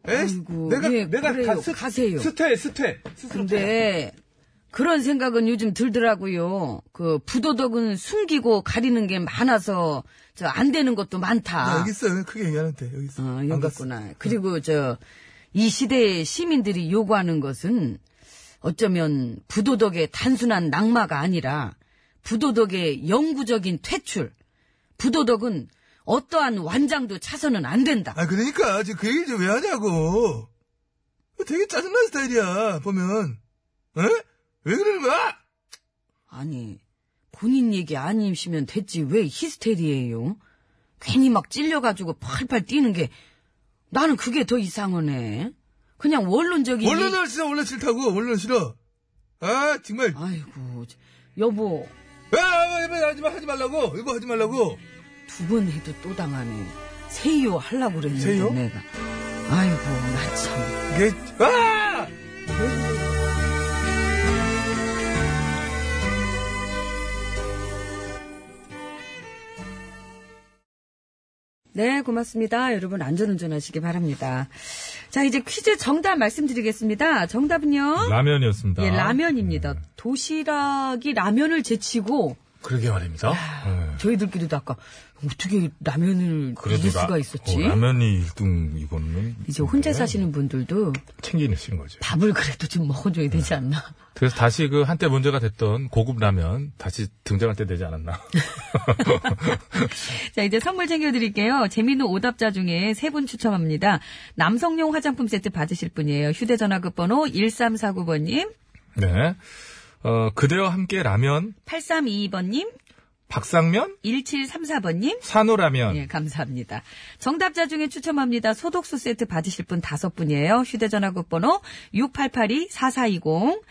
[SPEAKER 11] 에이씨,
[SPEAKER 2] 아이고,
[SPEAKER 11] 내가
[SPEAKER 2] 예,
[SPEAKER 11] 내가
[SPEAKER 2] 그래요.
[SPEAKER 11] 가, 스,
[SPEAKER 2] 가세요.
[SPEAKER 11] 스퇴 스퇴. 스스로
[SPEAKER 2] 근데 그런 생각은 요즘 들더라고요. 그 부도덕은 숨기고 가리는 게 많아서 저 안 되는 것도 많다.
[SPEAKER 6] 네,
[SPEAKER 11] 나 여기 있어. 요 크게 얘기하는데 여기 있어.
[SPEAKER 2] 어,
[SPEAKER 11] 안
[SPEAKER 2] 아. 여기
[SPEAKER 11] 갔어.
[SPEAKER 2] 있구나. 그리고 저, 이 시대의 시민들이 요구하는 것은 어쩌면 부도덕의 단순한 낙마가 아니라 부도덕의 영구적인 퇴출. 부도덕은 어떠한 완장도 차서는 안 된다.
[SPEAKER 11] 아 그러니까 지금 그 얘기 좀 왜 하냐고. 되게 짜증나는 스타일이야 보면. 에? 왜 그러는 거야?
[SPEAKER 2] 아니, 본인 얘기 아니시면 됐지. 왜 히스테리예요? 괜히 막 찔려가지고 펄펄 뛰는 게 나는 그게 더 이상하네. 그냥 원론적인. 얘기-
[SPEAKER 11] 원론을 싫어 원론 싫다고 원론 싫어. 아 정말.
[SPEAKER 2] 아이고, 여보.
[SPEAKER 11] 아, 아, 이거 하지 마 하지 말라고 이거 하지 말라고.
[SPEAKER 2] 두 번 해도 또 당하네. 세요 하려고 그랬는데
[SPEAKER 11] 세요?
[SPEAKER 2] 내가. 아이고 나 참.
[SPEAKER 11] 이게 아!
[SPEAKER 2] 네 고맙습니다. 여러분 안전운전 하시기 바랍니다. 자 이제 퀴즈 정답 말씀드리겠습니다. 정답은요.
[SPEAKER 1] 라면이었습니다.
[SPEAKER 2] 예, 라면입니다. 도시락이 라면을 제치고
[SPEAKER 1] 그러게 말입니다. 예.
[SPEAKER 2] 저희들끼리도 아까 어떻게 라면을
[SPEAKER 1] 그래도
[SPEAKER 2] 이길
[SPEAKER 1] 라-
[SPEAKER 2] 수가 있었지?
[SPEAKER 1] 어, 라면이 1등 이거는 네.
[SPEAKER 2] 이제 혼자 사시는 분들도
[SPEAKER 1] 챙기는 거죠.
[SPEAKER 2] 밥을 그래도 좀 먹어줘야 되지 않나?
[SPEAKER 1] 그래서 다시 그 한때 문제가 됐던 고급 라면 다시 등장할 때 되지 않았나.
[SPEAKER 2] 자, 이제 선물 챙겨드릴게요. 재미있는 오답자 중에 세 분 추첨합니다. 남성용 화장품 세트 받으실 분이에요. 휴대전화 끝번호 1349번님,
[SPEAKER 1] 네. 어, 그대와 함께 라면,
[SPEAKER 2] 8322번님,
[SPEAKER 1] 박상면,
[SPEAKER 2] 1734번님.
[SPEAKER 1] 산호라면.
[SPEAKER 2] 예, 감사합니다. 정답자 중에 추첨합니다. 소독수 세트 받으실 분 다섯 분이에요. 휴대전화 끝번호 6882-4420,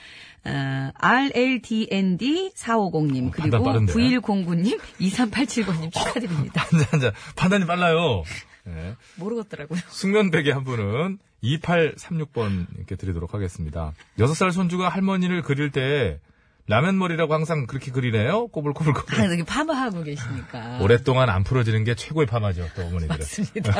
[SPEAKER 2] 어, RLDND450님,
[SPEAKER 1] 어, 판단
[SPEAKER 2] 그리고
[SPEAKER 1] 빠른데요?
[SPEAKER 2] 9109님, 2387번님 축하드립니다.
[SPEAKER 1] 앉아, 앉아. 판단이 빨라요. 예.
[SPEAKER 2] 모르겠더라고요.
[SPEAKER 1] 숙면베개 한 분은 2836번 이렇게 드리도록 하겠습니다. 6살 손주가 할머니를 그릴 때 라면 머리라고 항상 그렇게 그리네요.
[SPEAKER 2] 아,
[SPEAKER 1] 꼬불꼬불꼬불.
[SPEAKER 2] 되게 파마하고 계시니까.
[SPEAKER 1] 오랫동안 안 풀어지는 게 최고의 파마죠, 또 어머니들은.
[SPEAKER 2] 맞습니다.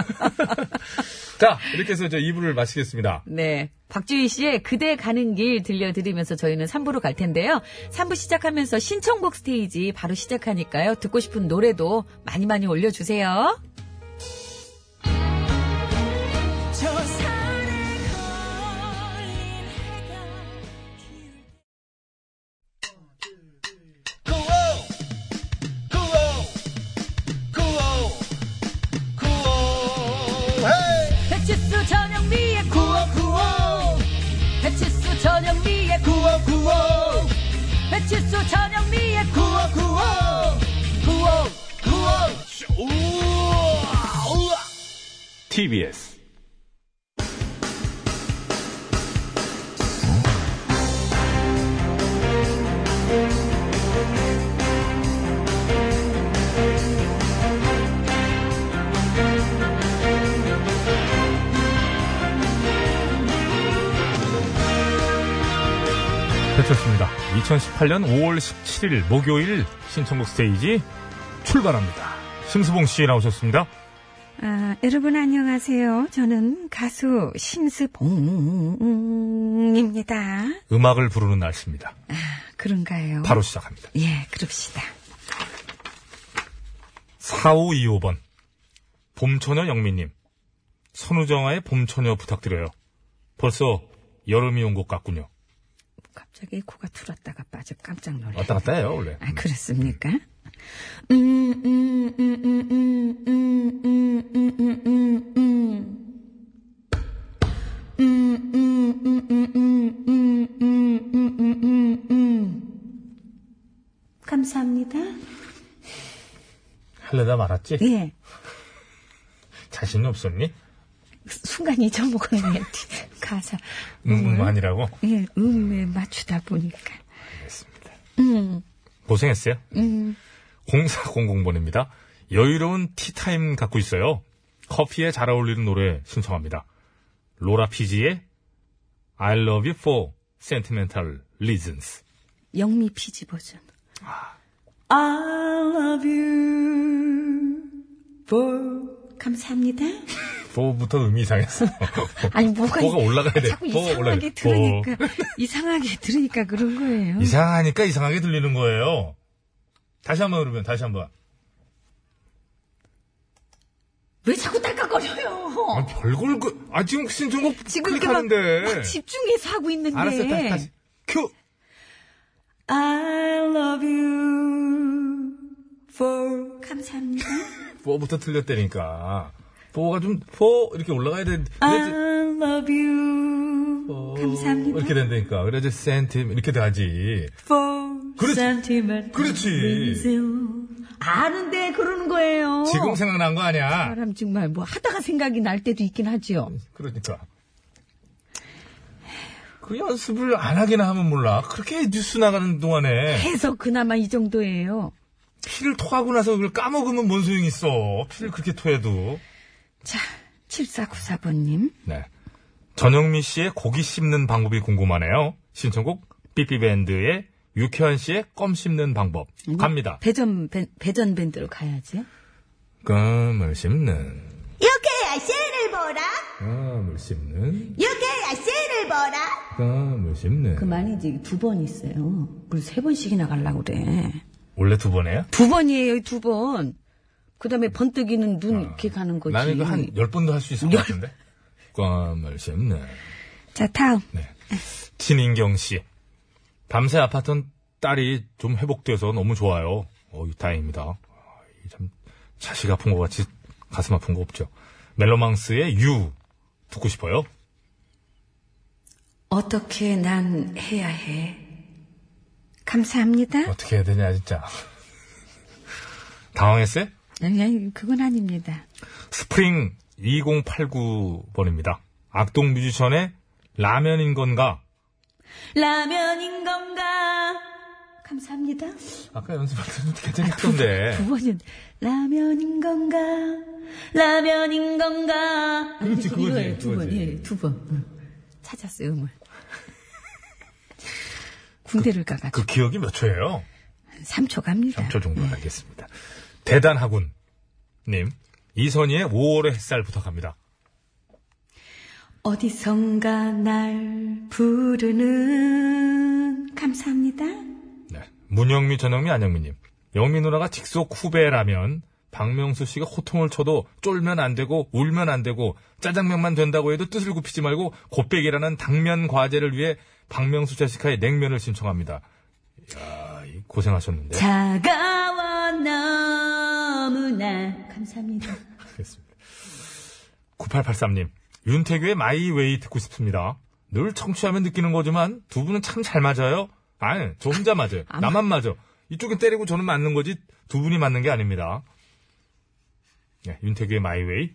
[SPEAKER 1] 자, 이렇게 해서 저 2부를 마치겠습니다.
[SPEAKER 2] 네. 박주희 씨의 그대 가는 길 들려드리면서 저희는 3부로 갈 텐데요. 3부 시작하면서 신청곡 스테이지 바로 시작하니까요. 듣고 싶은 노래도 많이 많이 올려주세요. 배치수 전영미의 구호 구호 배치수 전영미의 구호 구호 배치수 전영미의 구호
[SPEAKER 10] TBS
[SPEAKER 1] 배쳤습니다. 2018년 5월 17일 목요일 신청곡 스테이지 출발합니다. 심수봉 씨 나오셨습니다.
[SPEAKER 2] 아, 여러분 안녕하세요. 저는 가수 심스봉입니다.
[SPEAKER 1] 음악을 부르는 날씨입니다.
[SPEAKER 2] 그런가요?
[SPEAKER 1] 바로 시작합니다.
[SPEAKER 2] 예, 그럽시다.
[SPEAKER 1] 4525번. 봄처녀 영미님. 선우정아의 봄처녀 부탁드려요. 벌써 여름이 온 것 같군요.
[SPEAKER 2] 갑자기 코가 툴었다가 빠져 깜짝 놀랐
[SPEAKER 1] 왔다 갔다 해요, 원래.
[SPEAKER 2] 아, 그렇습니까? 음, 음, 음, 음, 음, 음, 음, 음, 음, 음, 음. 음, 음, 음, 음, 음, 음, 음, 음, 음, 음, 음. 감사합니다.
[SPEAKER 1] 할래다 말았지?
[SPEAKER 2] 예.
[SPEAKER 1] 자신이 없었니?
[SPEAKER 2] 순간 잊어먹었네. 가사.
[SPEAKER 1] 음, 아니라고?
[SPEAKER 2] 예, 음에 맞추다 보니까.
[SPEAKER 1] 알겠습니다.
[SPEAKER 2] 음,
[SPEAKER 1] 고생했어요.
[SPEAKER 2] 음.
[SPEAKER 1] 0400번입니다. 여유로운 티타임 갖고 있어요. 커피에 잘 어울리는 노래 신청합니다. 로라 피지의 I love you for sentimental reasons.
[SPEAKER 2] 영미 피지 버전. I love you for 감사합니다.
[SPEAKER 6] 보부터 의미 이상했어.
[SPEAKER 2] 아니 뭐가
[SPEAKER 6] 보가
[SPEAKER 2] 이-
[SPEAKER 6] 올라가야 돼.
[SPEAKER 2] 자꾸
[SPEAKER 6] 보가 올라가야
[SPEAKER 2] 이상하게
[SPEAKER 6] 돼. 어.
[SPEAKER 2] 들으니까 이상하게 들으니까 그런 거예요.
[SPEAKER 6] 이상하니까 이상하게 들리는 거예요. 다시 한번 그러면 다시 한번.
[SPEAKER 2] 왜 자꾸 딸깍거려요?
[SPEAKER 6] 아, 별걸 그, 아 지금 신청곡
[SPEAKER 2] 어. 지금 이렇게 막,
[SPEAKER 6] 클릭하는데.
[SPEAKER 2] 막 집중해서 하고 있는데.
[SPEAKER 6] 알았어, 다시, 다시. 큐.
[SPEAKER 2] I love you for 감사합니다.
[SPEAKER 6] 포부터 틀렸다니까. 포가 좀, 포, 이렇게 올라가야 되는데.
[SPEAKER 2] I love you 아, 감사합니다.
[SPEAKER 6] 이렇게 된다니까. 그래야지, 센팀, 이렇게 돼야지.
[SPEAKER 2] for
[SPEAKER 6] 그렇지.
[SPEAKER 2] sentiment.
[SPEAKER 6] 그렇지.
[SPEAKER 2] reason. 아는데 그러는 거예요.
[SPEAKER 6] 지금 생각난 거 아니야.
[SPEAKER 2] 사람 정말 뭐 하다가 생각이 날 때도 있긴 하지요.
[SPEAKER 6] 그러니까. 그 연습을 안 하기나 하면 몰라. 그렇게 뉴스 나가는 동안에
[SPEAKER 2] 해서 그나마 이 정도예요.
[SPEAKER 6] 피를 토하고 나서 그걸 까먹으면 뭔 소용이 있어. 피를 그렇게 토해도.
[SPEAKER 2] 자, 7494번님.
[SPEAKER 6] 네. 전영미 씨의 고기 씹는 방법이 궁금하네요. 신청곡 삐삐밴드의 유쾌한 씨의 껌 씹는 방법.
[SPEAKER 1] 음.
[SPEAKER 6] 갑니다.
[SPEAKER 2] 배전, 배, 배전 밴드로 가야지.
[SPEAKER 6] 껌을 씹는,
[SPEAKER 1] 유쾌한 씨를 보라
[SPEAKER 6] 껌을 씹는,
[SPEAKER 1] 유쾌한 씨를 보라
[SPEAKER 6] 껌을 씹는.
[SPEAKER 2] 그만이지. 두 번 있어요. 그리고 세 번씩이나 가려고 그래.
[SPEAKER 6] 원래 두 번이에요?
[SPEAKER 1] 아,
[SPEAKER 2] 두 번이에요, 두 번. 그 다음에 번뜩이는 눈 이렇게 가는 거지.
[SPEAKER 6] 아, 나는 이거 한 열 번도 할 수 있을 것 같은데. 껌을 씹는.
[SPEAKER 2] 자, 다음.
[SPEAKER 6] 진인경 네. 씨. 밤새 아팠던 딸이 좀 회복돼서 너무 좋아요. 어, 다행입니다. 아, 이참 자식 아픈 것 같이 가슴 아픈 거 없죠. 멜로망스의 유 듣고 싶어요.
[SPEAKER 2] 어떻게 난 해야 해. 감사합니다.
[SPEAKER 6] 어떻게 해야 되냐 진짜. 당황했어요?
[SPEAKER 2] 아니, 아니, 그건 아닙니다.
[SPEAKER 6] 스프링 2089번입니다. 악동 뮤지션의 라면인 건가?
[SPEAKER 2] 라면인 건가? 감사합니다.
[SPEAKER 6] 아까 연습할 때도 괜찮았던데.
[SPEAKER 2] 두 번은 라면인 건가? 라면인 건가?
[SPEAKER 6] 그렇지,
[SPEAKER 2] 이거,
[SPEAKER 6] 그거지,
[SPEAKER 2] 이거예요, 두 번,
[SPEAKER 6] 그거지.
[SPEAKER 2] 예, 두 번. 응. 찾았어요, 음을. 군대를 가가지고
[SPEAKER 6] 그 기억이 몇 초예요?
[SPEAKER 2] 한 3초 갑니다.
[SPEAKER 6] 3초 정도 알겠습니다. 대단하군. 님, 이선희의 5월의 햇살 부탁합니다.
[SPEAKER 2] 어디선가 날 부르는 감사합니다.
[SPEAKER 6] 네. 문영미, 전영미, 안영미님. 영미 누나가 직속 후배라면 박명수 씨가 호통을 쳐도 쫄면 안 되고 울면 안 되고 짜장면만 된다고 해도 뜻을 굽히지 말고 곱빼기라는 당면 과제를 위해 박명수 자식하의 냉면을 신청합니다. 이야, 이 고생하셨는데.
[SPEAKER 2] 차가워 너무나 감사합니다.
[SPEAKER 6] 알겠습니다. 9883님, 윤태규의 마이웨이 듣고 싶습니다. 늘 청취하면 느끼는 거지만 두 분은 참 잘 맞아요. 아니, 저 혼자 맞아요. 나만 맞아. 이쪽은 때리고 저는 맞는 거지 두 분이 맞는 게 아닙니다. 네, 윤태규의 마이웨이.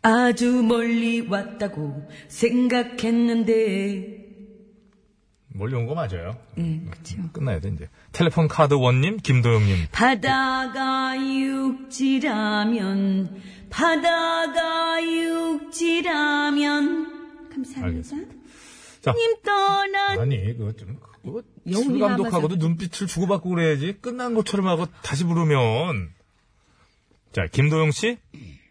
[SPEAKER 2] 아주 멀리 왔다고 생각했는데
[SPEAKER 6] 멀리 온 거 맞아요.
[SPEAKER 2] 예, 그렇죠.
[SPEAKER 6] 끝나야 돼, 이제. 텔레폰 카드 원님, 김도영님.
[SPEAKER 2] 바다가 육지라면 바다가 육지라면 감사합니다.
[SPEAKER 6] 알겠습니다. 자.
[SPEAKER 2] 님 떠난
[SPEAKER 6] 아니, 그거 좀, 그거. 뭐 술
[SPEAKER 2] 뭐 영혼이나
[SPEAKER 6] 감독하고도 눈빛을 주고받고 그래야지. 끝난 것처럼 하고 다시 부르면. 자, 김도영 씨,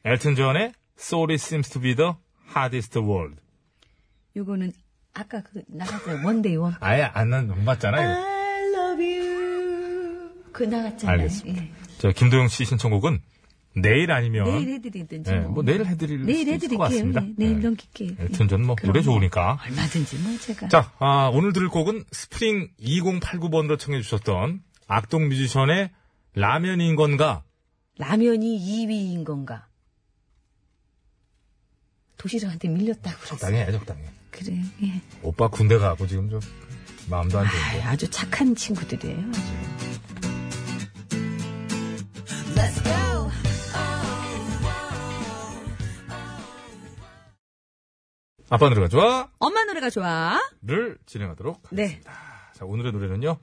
[SPEAKER 6] 엘튼 존의 Sorry Seems to be the Hardest Word.
[SPEAKER 2] 요거는 아까 그 나갔어요. 원데이 원.
[SPEAKER 6] 아예 안, 난- 못 맞잖아요.
[SPEAKER 2] I love you. 그 나갔잖아요.
[SPEAKER 6] 알겠습니다.
[SPEAKER 2] 예.
[SPEAKER 6] 자, 김도영 씨 신청곡은 내일
[SPEAKER 1] 네,
[SPEAKER 6] 아니면.
[SPEAKER 2] 내일 해드리든지.
[SPEAKER 6] 예,
[SPEAKER 2] 뭐.
[SPEAKER 6] 뭐 내일 해드릴
[SPEAKER 2] 내일
[SPEAKER 6] 수 있을 것
[SPEAKER 2] 해드릴게요.
[SPEAKER 6] 같습니다.
[SPEAKER 2] 네, 내일
[SPEAKER 6] 예.
[SPEAKER 2] 넘길게요.
[SPEAKER 6] 엘튼 존 뭐,
[SPEAKER 2] 그럼요.
[SPEAKER 6] 노래 좋으니까.
[SPEAKER 2] 얼마든지 뭐 제가.
[SPEAKER 6] 자, 아, 오늘 들을 곡은 스프링 2089번으로 청해주셨던 악동 뮤지션의 라면인 건가?
[SPEAKER 2] 라면이 2위인 건가? 도시락한테 밀렸다고 그랬어.
[SPEAKER 6] 적당해, 적당해.
[SPEAKER 2] 그래. 예.
[SPEAKER 6] 오빠 군대 가고 지금 좀 마음도 안 좋은데.
[SPEAKER 2] 아유, 아주 착한 친구들이에요. 아주.
[SPEAKER 6] 아빠 노래가 좋아?
[SPEAKER 2] 엄마 노래가 좋아.
[SPEAKER 6] 를 진행하도록
[SPEAKER 2] 네.
[SPEAKER 6] 하겠습니다. 자, 오늘의 노래는요.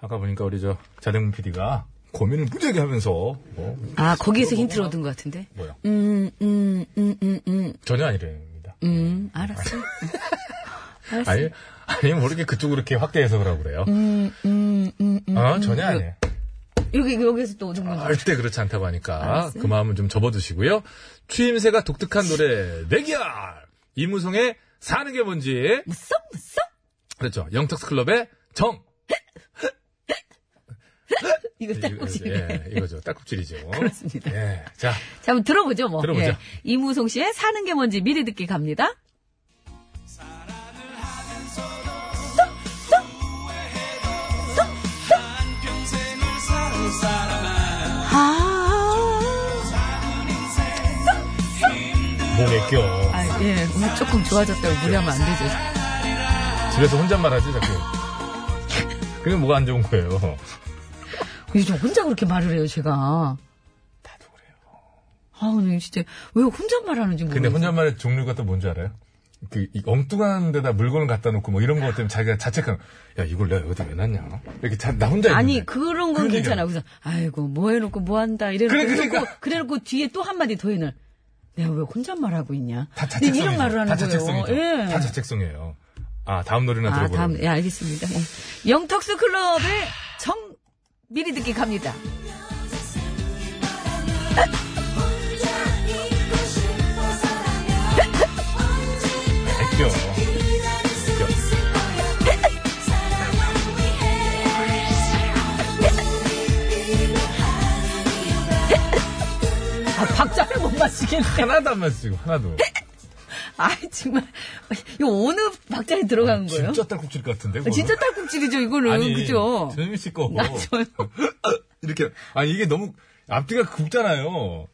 [SPEAKER 6] 아까 보니까 우리 저 자댕문 PD가 고민을 무지하게 하면서 뭐
[SPEAKER 2] 아 거기에서 힌트를 얻은 것 같은데.
[SPEAKER 6] 뭐야?
[SPEAKER 2] 음, 음, 음, 음, 음,
[SPEAKER 6] 전혀 아니랍니다.
[SPEAKER 2] 음. 알았어. 알았어.
[SPEAKER 6] 아니,
[SPEAKER 1] 뭐
[SPEAKER 6] 아니 모르게 그쪽으로 이렇게 확대해서 그러고 그래요.
[SPEAKER 2] 음, 음, 음, 음.
[SPEAKER 6] 어, 전혀 아니에요.
[SPEAKER 2] 여기 여기서 또 오정근 님.
[SPEAKER 1] 절대 그렇지 않다고 하니까
[SPEAKER 2] 알았어요.
[SPEAKER 1] 그 마음은 좀 접어두시고요. 추임새가 독특한 노래 내기열 이무송의 사는 게 뭔지
[SPEAKER 2] 무섭 무섭.
[SPEAKER 1] 그렇죠. 영턱스 클럽의 정
[SPEAKER 2] 이거 딱꼭지네.
[SPEAKER 1] 예, 이거죠. 딸꾹질이죠.
[SPEAKER 2] 그렇습니다.
[SPEAKER 1] 예, 자
[SPEAKER 2] 자, 한번 들어보죠, 뭐.
[SPEAKER 1] 들어보죠.
[SPEAKER 2] 예. 이무송 씨의 사는 게 뭔지 미리 듣기 갑니다.
[SPEAKER 1] 목에 껴.
[SPEAKER 2] 아, 예. 오늘 조금 좋아졌다고 무리하면 안 되죠. 아.
[SPEAKER 1] 집에서 혼잣말 하지 자꾸. 그게 뭐가 안 좋은 거예요.
[SPEAKER 2] 요즘 혼자 그렇게 말을 해요, 제가. 나도 그래요. 아, 오늘 진짜 왜 혼잣말 하는지 모르겠어요.
[SPEAKER 1] 근데 혼잣말의 종류가 또 뭔지 알아요? 그, 이 엉뚱한 데다 물건을 갖다 놓고 뭐 이런 것 때문에 자기가 자책하는, 야, 이걸 내가 여기다 왜 놨냐? 이렇게 자, 나 혼자
[SPEAKER 2] 아니,
[SPEAKER 1] 있는데.
[SPEAKER 2] 그런 건
[SPEAKER 1] 그러니까.
[SPEAKER 2] 괜찮아. 그래서, 아이고, 뭐 해놓고 뭐 한다. 이래놓고,
[SPEAKER 1] 그래, 그러니까.
[SPEAKER 2] 이래놓고, 그래놓고 뒤에 또 한마디 더 해는 내가 왜 혼잣말 하고 있냐.
[SPEAKER 1] 다
[SPEAKER 2] 근데
[SPEAKER 1] 자책성이죠.
[SPEAKER 2] 이런 말을 하는
[SPEAKER 1] 다
[SPEAKER 2] 거예요.
[SPEAKER 1] 자책성이죠.
[SPEAKER 2] 예.
[SPEAKER 1] 다 자책성이에요. 아, 다음 노래나
[SPEAKER 2] 아,
[SPEAKER 1] 들어보라고.
[SPEAKER 2] 다음, 예, 알겠습니다. 예. 영턱스 클럽의 정, 미리 듣기 갑니다.
[SPEAKER 12] 아,
[SPEAKER 1] 애껴.
[SPEAKER 2] 아, 박자를 못 맞추겠네.
[SPEAKER 1] 하나도 안 맞추고, 하나도.
[SPEAKER 2] 아, 정말. 이거 어느 박자에 들어간 거예요?
[SPEAKER 1] 진짜 딸꾹질 것 같은데. 뭐.
[SPEAKER 2] 아,
[SPEAKER 1] 그거는?
[SPEAKER 2] 진짜 딸꾹질이죠, 이거는.
[SPEAKER 1] 아니,
[SPEAKER 2] 그죠?
[SPEAKER 1] 전현미 씨 거.
[SPEAKER 2] 아, 저요?
[SPEAKER 1] 이렇게. 아니, 이게 너무, 앞뒤가 굵잖아요.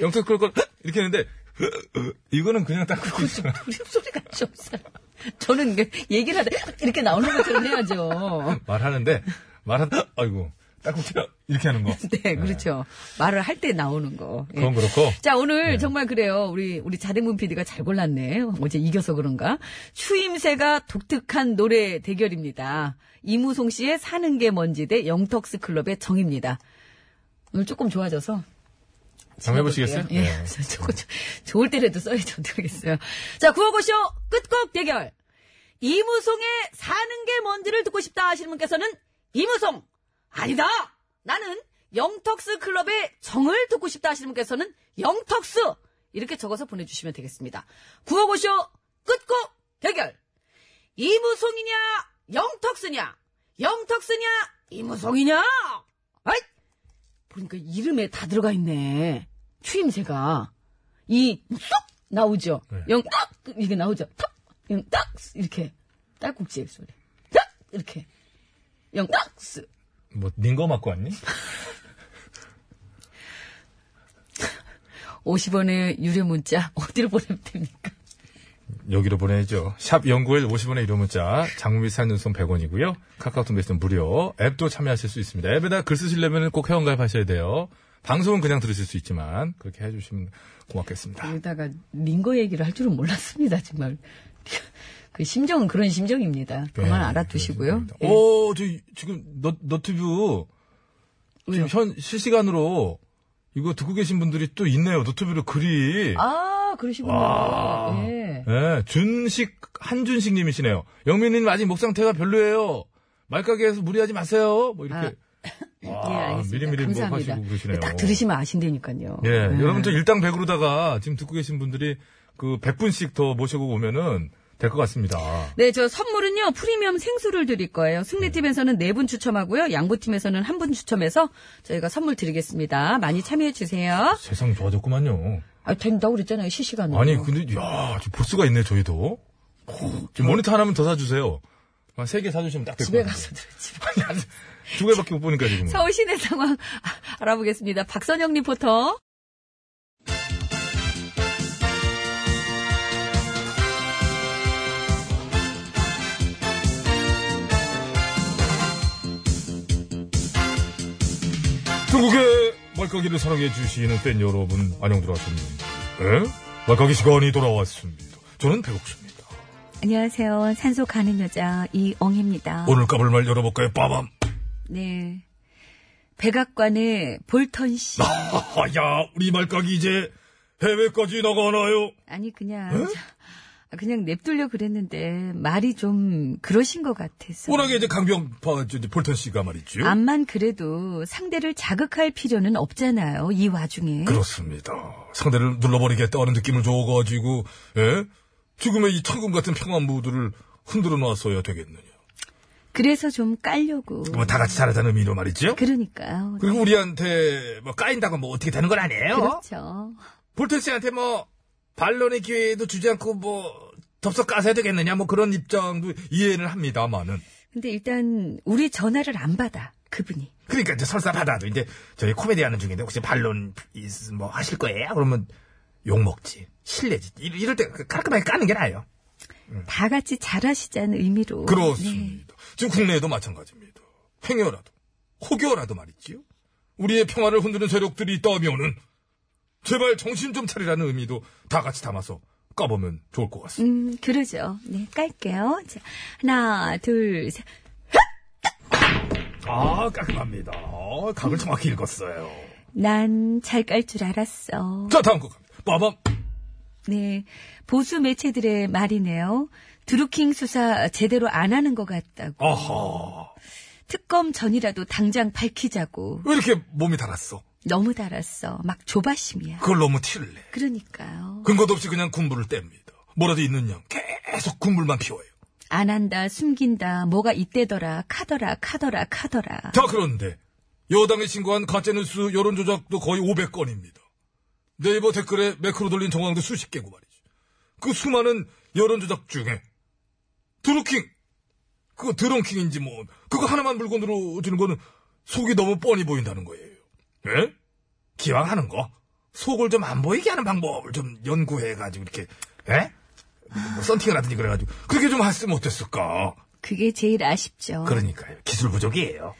[SPEAKER 1] 영탁 끌걸 이렇게 했는데, 이거는 그냥
[SPEAKER 2] 아,
[SPEAKER 1] 딸꾹질.
[SPEAKER 2] 소리가 좀 사. 저는 이게 얘기를 하다 이렇게 나오는 것처럼 해야죠.
[SPEAKER 1] 말하는데 말하다 아이고 딸꾹질 이렇게 하는 거
[SPEAKER 2] 네, 그렇죠. 말을 할 때 나오는 거. 예.
[SPEAKER 1] 그건 그렇고
[SPEAKER 2] 자, 오늘 정말 그래요. 우리, 우리 자댕문 PD가 잘 골랐네. 어제 이겨서 그런가. 추임새가 독특한 노래 대결입니다. 이무송 씨의 사는 게 뭔지 대 영턱스 클럽의 정입니다. 오늘 조금 좋아져서.
[SPEAKER 1] 한번 해보시겠어요?
[SPEAKER 2] 예.
[SPEAKER 1] 네.
[SPEAKER 2] 조금 조- 좋을 때라도 써야지 모르겠어요. 자, 구호고쇼 끝곡 대결. 이무송의 사는 게 뭔지를 듣고 싶다 하시는 분께서는 이무송! 아니다! 나는 영턱스 클럽의 정을 듣고 싶다 하시는 분께서는 영턱스! 이렇게 적어서 보내주시면 되겠습니다. 구호고쇼 끝곡 대결. 이무송이냐, 영턱스냐, 영턱스냐, 이무송이냐! 아이! 보니까 이름에 다 들어가 있네. 추임새가. 이, 쏙! 나오죠.
[SPEAKER 1] 네.
[SPEAKER 2] 영, 딱! 이게 나오죠. 탁! 영, 딱! 이렇게. 딸꾹질 소리. 딱! 이렇게. 영, 딱!
[SPEAKER 1] 뭐 닌거 맞고 왔니?
[SPEAKER 2] 50원의 유료 문자, 어디로 보내면 됩니까?
[SPEAKER 1] 여기로 보내죠 샵 0951 50원의 이름 문자 장미 사연전송 100원이고요 카카오톡 메시지는 무료 앱도 참여하실 수 있습니다 앱에다 글 쓰시려면 꼭 회원가입 하셔야 돼요 방송은 그냥 들으실 수 있지만 그렇게 해주시면 고맙겠습니다
[SPEAKER 2] 여기다가 링거 얘기를 할 줄은 몰랐습니다, 정말. 그 심정은 그런 심정입니다. 그만
[SPEAKER 1] 예,
[SPEAKER 2] 알아두시고요.
[SPEAKER 1] 그렇습니다.
[SPEAKER 2] 예.
[SPEAKER 1] 오, 어, 저 지금 너, 너튜브 지금
[SPEAKER 2] 왜요?
[SPEAKER 1] 현 실시간으로 이거 듣고 계신 분들이 또 있네요 너튜브로 글이
[SPEAKER 2] 아, 그러시구나. 예.
[SPEAKER 1] 예,
[SPEAKER 6] 네,
[SPEAKER 1] 준식, 한준식님이시네요. 영민님 아직 목 상태가 별로예요. 말가게에서 무리하지 마세요. 뭐 이렇게. 와,
[SPEAKER 2] 예, 알겠습니다.
[SPEAKER 1] 미리미리 뭐
[SPEAKER 2] 아, 감사합니다.
[SPEAKER 1] 하시고 그러시네요.
[SPEAKER 2] 딱 들으시면 아신다니까요.
[SPEAKER 1] 예, 여러분 저 일당 100으로다가 지금 듣고 계신 분들이 그 100분씩 더 모시고 오면은 될 것 같습니다.
[SPEAKER 2] 네, 저 선물은요, 프리미엄 생수를 드릴 거예요. 승리팀에서는 네 분 추첨하고요, 양보팀에서는 한 분 추첨해서 저희가 선물 드리겠습니다. 많이 참여해주세요.
[SPEAKER 1] 세상이 좋아졌구만요.
[SPEAKER 2] 아, 된다고 그랬잖아요, 실시간으로.
[SPEAKER 1] 아니, 근데, 야, 저 보스가 있네, 저희도. 오, 지금 모니터 하나만 더 사주세요. 한 세 개 사주시면 딱 될 것
[SPEAKER 2] 집에
[SPEAKER 1] 같아요.
[SPEAKER 2] 가서 들었지.
[SPEAKER 1] 아니, 두 개밖에 못 보니까 지금.
[SPEAKER 2] 서울 시내 상황 아, 알아보겠습니다. 박선영 리포터.
[SPEAKER 1] 중국의 말까기를 사랑해 주시는 팬 여러분 안녕 돌아왔습니다. 예? 말까기 시간이 돌아왔습니다. 저는 배옥수입니다.
[SPEAKER 12] 안녕하세요. 산소 가는 여자 이엉입니다.
[SPEAKER 1] 오늘 까불 말 열어볼까요? 빠밤.
[SPEAKER 12] 네. 백악관의 볼턴 씨.
[SPEAKER 1] 아, 야 우리 말까기 이제 해외까지 나가나요?
[SPEAKER 6] 네?
[SPEAKER 12] 아니 그냥 그냥 냅둘려 그랬는데 말이 좀 그러신 것 같아서.
[SPEAKER 6] 워낙에 이제 강병 파- 저- 저 볼턴 씨가 말이죠.
[SPEAKER 2] 아,
[SPEAKER 12] 암만 그래도 상대를 자극할 필요는 없잖아요.
[SPEAKER 2] 네.
[SPEAKER 12] 이 와중에.
[SPEAKER 6] 그렇습니다. 상대를 눌러버리겠다는 느낌을 줘가지고 예? 지금의 이 천금 같은 평안무드를 흔들어 놨어야 되겠느냐.
[SPEAKER 12] 그래서 좀 깔려고.
[SPEAKER 6] 뭐 다 같이 잘하자는 의미로 말이죠.
[SPEAKER 12] 그러니까요.
[SPEAKER 6] 그리고 우리한테 뭐 까인다고 뭐 어떻게 되는 건 아니에요.
[SPEAKER 12] 그렇죠.
[SPEAKER 13] 볼튼 씨한테 뭐 반론의 기회도 주지 않고 뭐 덥석 까서야 되겠느냐 뭐 그런 입장도 이해를 합니다만은
[SPEAKER 12] 근데 일단 우리 전화를 안 받아. 그분이.
[SPEAKER 13] 그러니까 이제 설사 받아도 이제 저희 코미디 하는 중인데 혹시 반론 있- 뭐 하실 거예요? 그러면 욕 먹지 실례지 이- 이럴 때그 깔끔하게 까는 게 나아요.
[SPEAKER 12] 다 같이 잘하시자는 의미로.
[SPEAKER 6] 그렇습니다. 지금 국내에도 마찬가지입니다. 행여라도, 혹여라도 말이지요. 우리의 평화를 흔드는 세력들이 있다면은 제발 정신 좀 차리라는 의미도 다 같이 담아서 까보면 좋을 것 같습니다.
[SPEAKER 12] 음, 그러죠. 네, 깔게요. 자, 하나, 둘, 셋.
[SPEAKER 6] 아, 깔끔합니다. 아, 각을 정확히 읽었어요.
[SPEAKER 12] 난 잘 깔 줄 알았어.
[SPEAKER 6] 자, 다음 곡 갑니다. 빠밤.
[SPEAKER 12] 네, 보수 매체들의 말이네요. 드루킹 수사 제대로 안 하는 것 같다고.
[SPEAKER 6] 아하.
[SPEAKER 12] 특검 전이라도 당장 밝히자고.
[SPEAKER 6] 왜 이렇게 몸이 달았어?
[SPEAKER 12] 너무 달았어. 막 조바심이야.
[SPEAKER 6] 그걸 너무 티를 내.
[SPEAKER 12] 그러니까요.
[SPEAKER 6] 근거도 없이 그냥 군불을 뗍니다. 뭐라도 있는 양 계속 군불만 피워요.
[SPEAKER 12] 안 한다, 숨긴다, 뭐가 이때더라, 카더라, 카더라, 카더라.
[SPEAKER 6] 자, 그런데 여당이 신고한 가짜뉴스 여론조작도 거의 500건입니다. 네이버 댓글에 매크로 돌린 정황도 수십 개고 말이죠. 그 수많은 여론조작 중에 드루킹, 그거 드렁킹인지 뭐 그거 하나만 물건으로 주는 거는 속이 너무 뻔히 보인다는 거예요. 예? 기왕 하는 거 속을 좀 안 보이게 하는 방법을 좀 연구해가지고 이렇게 예? 뭐 썬팅을 하든지 그래가지고 그렇게 좀 했으면 어땠을까?
[SPEAKER 12] 그게 제일 아쉽죠.
[SPEAKER 6] 그러니까요. 기술 부족이에요.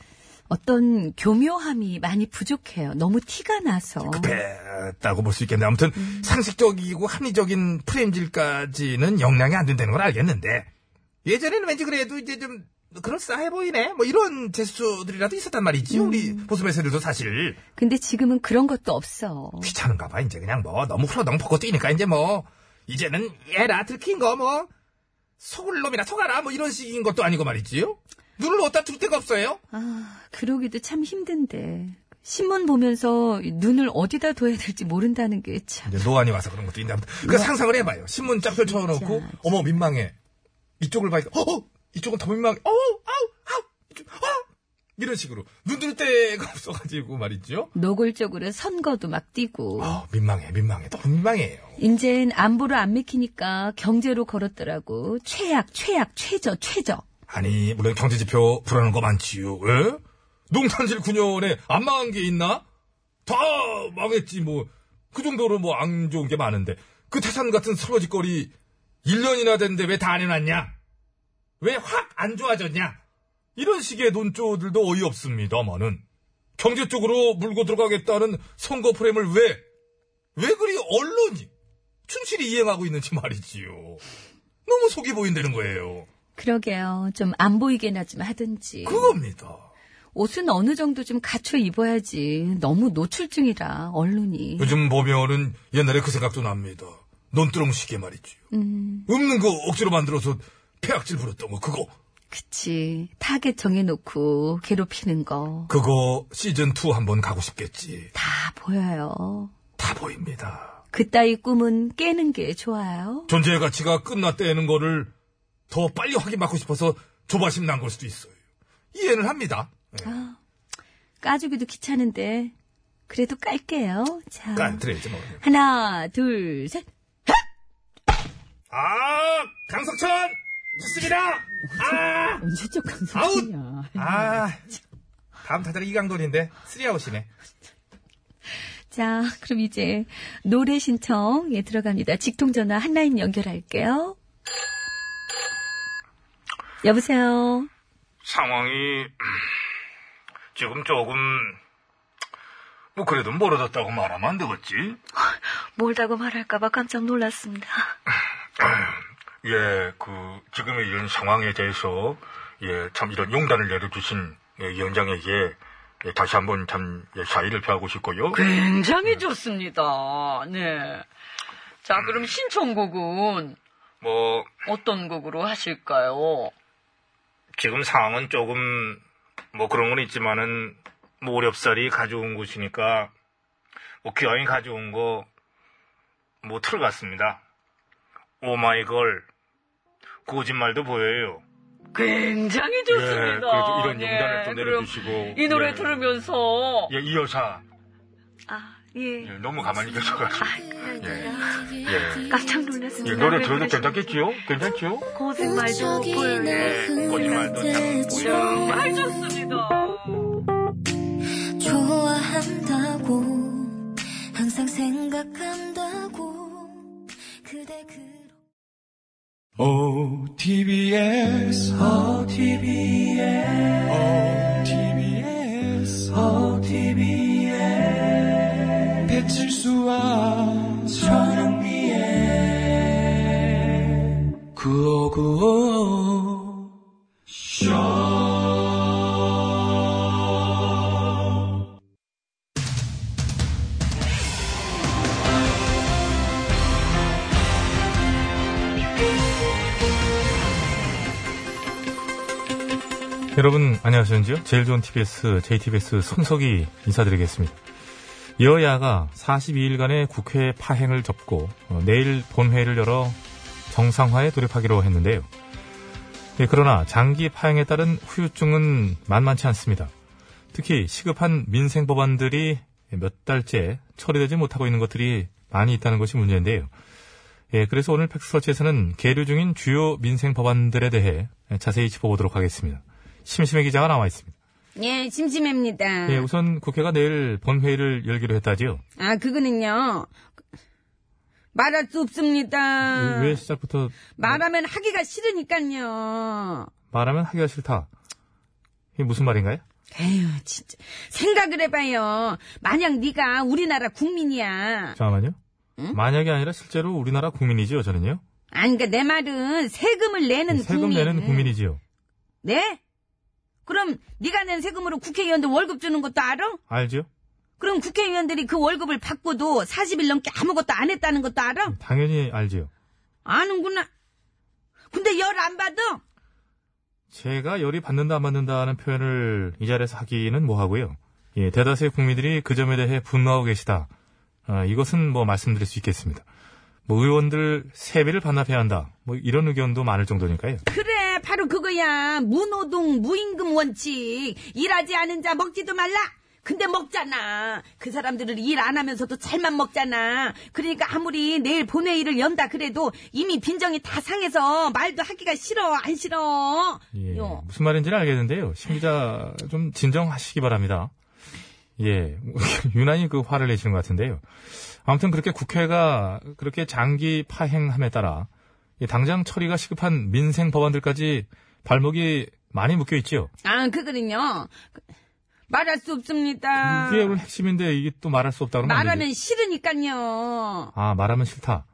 [SPEAKER 12] 어떤 교묘함이 많이 부족해요. 너무 티가 나서.
[SPEAKER 6] 했다고 볼 수 있겠네. 아무튼 상식적이고 합리적인 프레임질까지는 역량이 안 된다는 걸 알겠는데
[SPEAKER 13] 예전에는 왠지 그래도 이제 좀 그럴싸해 보이네 뭐 이런 제스처들이라도 있었단 말이지 우리 보수 매체들도 사실
[SPEAKER 12] 근데 지금은 그런 것도 없어.
[SPEAKER 13] 귀찮은가 봐 이제 그냥 뭐 너무 훌러덩 벗고 뛰니까 이제 뭐 이제는 얘라 들킨 거 뭐 속을 놈이나 속아라 뭐 이런 식인 것도 아니고 말이지요 눈을 어디다 둘 데가 없어요
[SPEAKER 12] 아, 그러기도 참 힘든데. 신문 보면서 눈을 어디다 둬야 될지 모른다는 게 참.
[SPEAKER 6] 이제 노안이 와서 그런 것도 있나 보다. 그 상상을 해봐요. 신문 쫙 펼쳐놓고 어머 민망해. 이쪽을 봐야 어, 어 이쪽은 더 민망해. 어, 아우, 아우, 이쪽, 어 이런 식으로 눈뜰 데가 없어가지고 말이죠.
[SPEAKER 12] 노골적으로 선거도 막 뛰고.
[SPEAKER 6] 민망해, 민망해, 너무 민망해요.
[SPEAKER 12] 인젠 안보로 안 맥히니까 경제로 걸었더라고. 최악, 최악, 최저, 최저.
[SPEAKER 6] 아니 물론 경제 지표 불안한 거 많지요. 왜? 농산실 9년에 안 망한 게 있나? 다 망했지 뭐 그 정도로 뭐 안 좋은 게 많은데 그 태산 같은 설거지거리 1년이나 됐는데 왜 다 안 해놨냐? 왜 확 안 좋아졌냐? 이런 식의 논조들도 어이없습니다만은 경제 쪽으로 물고 들어가겠다는 선거 프레임을 왜 왜 그리 언론이 충실히 이행하고 있는지 말이지요. 너무 속이 보인다는 거예요.
[SPEAKER 12] 그러게요. 좀 안 보이게나 좀 하든지.
[SPEAKER 6] 그겁니다.
[SPEAKER 12] 옷은 어느 정도 좀 갖춰 입어야지. 너무 노출증이라, 언론이.
[SPEAKER 6] 요즘 보면은 옛날에 그 생각도 납니다. 논두렁시계 말이지요.
[SPEAKER 12] 음,
[SPEAKER 6] 없는 거 억지로 만들어서 폐악질 부렸던 거 그거.
[SPEAKER 12] 그치. 타겟 정해놓고 괴롭히는 거.
[SPEAKER 6] 그거 시즌2 한번 가고 싶겠지.
[SPEAKER 12] 다 보여요.
[SPEAKER 6] 다 보입니다.
[SPEAKER 12] 그따위 꿈은 깨는 게 좋아요.
[SPEAKER 6] 존재의 가치가 끝났다는 거를 더 빨리 확인받고 싶어서 조바심 난 걸 수도 있어요. 이해는 합니다.
[SPEAKER 12] 아, 까주기도 귀찮은데, 그래도 깔게요. 자.
[SPEAKER 6] 깐 드려야지 뭐.
[SPEAKER 12] 하나, 둘, 셋.
[SPEAKER 13] 아 강석천 좋습니다 아
[SPEAKER 12] 언제적
[SPEAKER 13] 강석천이야 아 다음 타자가 이강돌인데 쓰리아웃이네
[SPEAKER 12] 자, 그럼 이제 노래 신청에 들어갑니다. 직통전화 한라인 연결할게요. 여보세요.
[SPEAKER 6] 상황이 음, 지금 조금 뭐 그래도 멀어졌다고 말하면 안 되겠지?
[SPEAKER 12] 몰다고 말할까봐 깜짝 놀랐습니다.
[SPEAKER 6] 예, 그, 지금의 이런 상황에 대해서, 예, 참 이런 용단을 내려주신 예, 위원장에게 예, 다시 한번 참 예, 사의를 표하고 싶고요.
[SPEAKER 2] 그- 굉장히 좋습니다. 네. 자, 그럼 신청곡은
[SPEAKER 6] 뭐
[SPEAKER 12] 어떤 곡으로 하실까요?
[SPEAKER 6] 지금 상황은 조금 뭐 그런 건 있지만은 뭐 오렵살이 가져온 곳이니까 뭐 기왕이 가져온 거뭐 뭐 틀어갔습니다. 오마이걸 거짓말도 보여요.
[SPEAKER 12] 굉장히
[SPEAKER 6] 예,
[SPEAKER 12] 좋습니다.
[SPEAKER 6] 그래도 이런 용단을 또
[SPEAKER 12] 그럼
[SPEAKER 6] 내려주시고.
[SPEAKER 12] 이 노래
[SPEAKER 6] 예.
[SPEAKER 12] 들으면서
[SPEAKER 6] 예, 이 여사
[SPEAKER 12] 아 예.
[SPEAKER 6] 예, 너무 가만히 계셔가지고 예. 예.
[SPEAKER 12] 깜짝
[SPEAKER 6] 예,
[SPEAKER 12] 놀랐습니다.
[SPEAKER 6] 노래 들어도 괜찮겠지요? 괜찮지요?
[SPEAKER 12] 그 거짓말도 보여요.
[SPEAKER 6] 예, 거짓말도 참 보여요.
[SPEAKER 12] 정말 좋습니다.
[SPEAKER 9] 좋아한다고 항상 생각한다고 그대 그
[SPEAKER 14] 어, OTBS, OTBS, 어, OTBS, OTBS, 배칠수와 전영미의 구호구호 쇼.
[SPEAKER 1] 여러분 안녕하세요. 제일 좋은 TBS, JTBS 손석희 인사드리겠습니다. 여야가 42일간의 국회 파행을 접고 어, 내일 본회의를 열어 정상화에 돌입하기로 했는데요. 예, 그러나 장기 파행에 따른 후유증은 만만치 않습니다. 특히 시급한 민생 법안들이 몇 달째 처리되지 못하고 있는 것들이 많이 있다는 것이 문제인데요. 예, 그래서 오늘 팩스서치에서는 계류 중인 주요 민생 법안들에 대해 자세히 짚어보도록 하겠습니다. 심심해 기자가 나와 있습니다.
[SPEAKER 2] 예, 심심합니다.
[SPEAKER 1] 예, 우선 국회가 내일 본회의를 열기로 했다지요.
[SPEAKER 2] 아, 그거는요. 말할 수 없습니다.
[SPEAKER 1] 왜 시작부터
[SPEAKER 2] 말하면 하기가 싫으니까요.
[SPEAKER 1] 말하면 하기가 싫다. 이게 무슨 말인가요?
[SPEAKER 2] 에휴, 진짜. 생각을 해봐요. 만약 네가 우리나라 국민이야.
[SPEAKER 1] 잠깐만요.
[SPEAKER 2] 음?
[SPEAKER 1] 만약이 아니라 실제로 우리나라 국민이지요, 저는요.
[SPEAKER 2] 아니, 그니까 내 말은 세금을 내는
[SPEAKER 1] 세금
[SPEAKER 2] 국민. 음.
[SPEAKER 1] 내는 국민이지요.
[SPEAKER 2] 네? 그럼 네가 낸 세금으로 국회의원들 월급 주는 것도 알아?
[SPEAKER 1] 알죠?
[SPEAKER 2] 그럼 국회의원들이 그 월급을 받고도 40일 넘게 아무것도 안 했다는 것도 알아?
[SPEAKER 1] 당연히 알지요.
[SPEAKER 2] 아는구나. 근데 열 안 받아?
[SPEAKER 1] 제가 열이 받는다 안 받는다는 표현을 이 자리에서 하기는 뭐하고요. 예, 대다수의 국민들이 그 점에 대해 분노하고 계시다. 아, 이것은 뭐 말씀드릴 수 있겠습니다. 뭐 의원들 세비를 반납해야 한다. 뭐 이런 의견도 많을 정도니까요.
[SPEAKER 2] 그래, 바로 그거야. 무노동, 무임금 원칙. 일하지 않은 자 먹지도 말라. 근데 먹잖아. 그 사람들을 일 안 하면서도 잘만 먹잖아. 그러니까 아무리 내일 본회의를 연다 그래도 이미 빈정이 다 상해서 말도 하기가 싫어, 안 싫어.
[SPEAKER 1] 예,
[SPEAKER 2] 요.
[SPEAKER 1] 무슨 말인지는 알겠는데요. 심 기자 좀 진정하시기 바랍니다. 예, 유난히 그 화를 내시는 것 같은데요. 아무튼 그렇게 국회가 그렇게 장기 파행함에 따라 이 당장 처리가 시급한 민생 법안들까지 발목이 많이 묶여 있지요.
[SPEAKER 2] 아, 그거는요. 말할 수 없습니다.
[SPEAKER 1] 이게 음, 오늘 핵심인데 이게 또 말할 수 없다고 하면 안 되죠.
[SPEAKER 2] 아. 말하면 싫으니까요.
[SPEAKER 1] 아 말하면 싫다.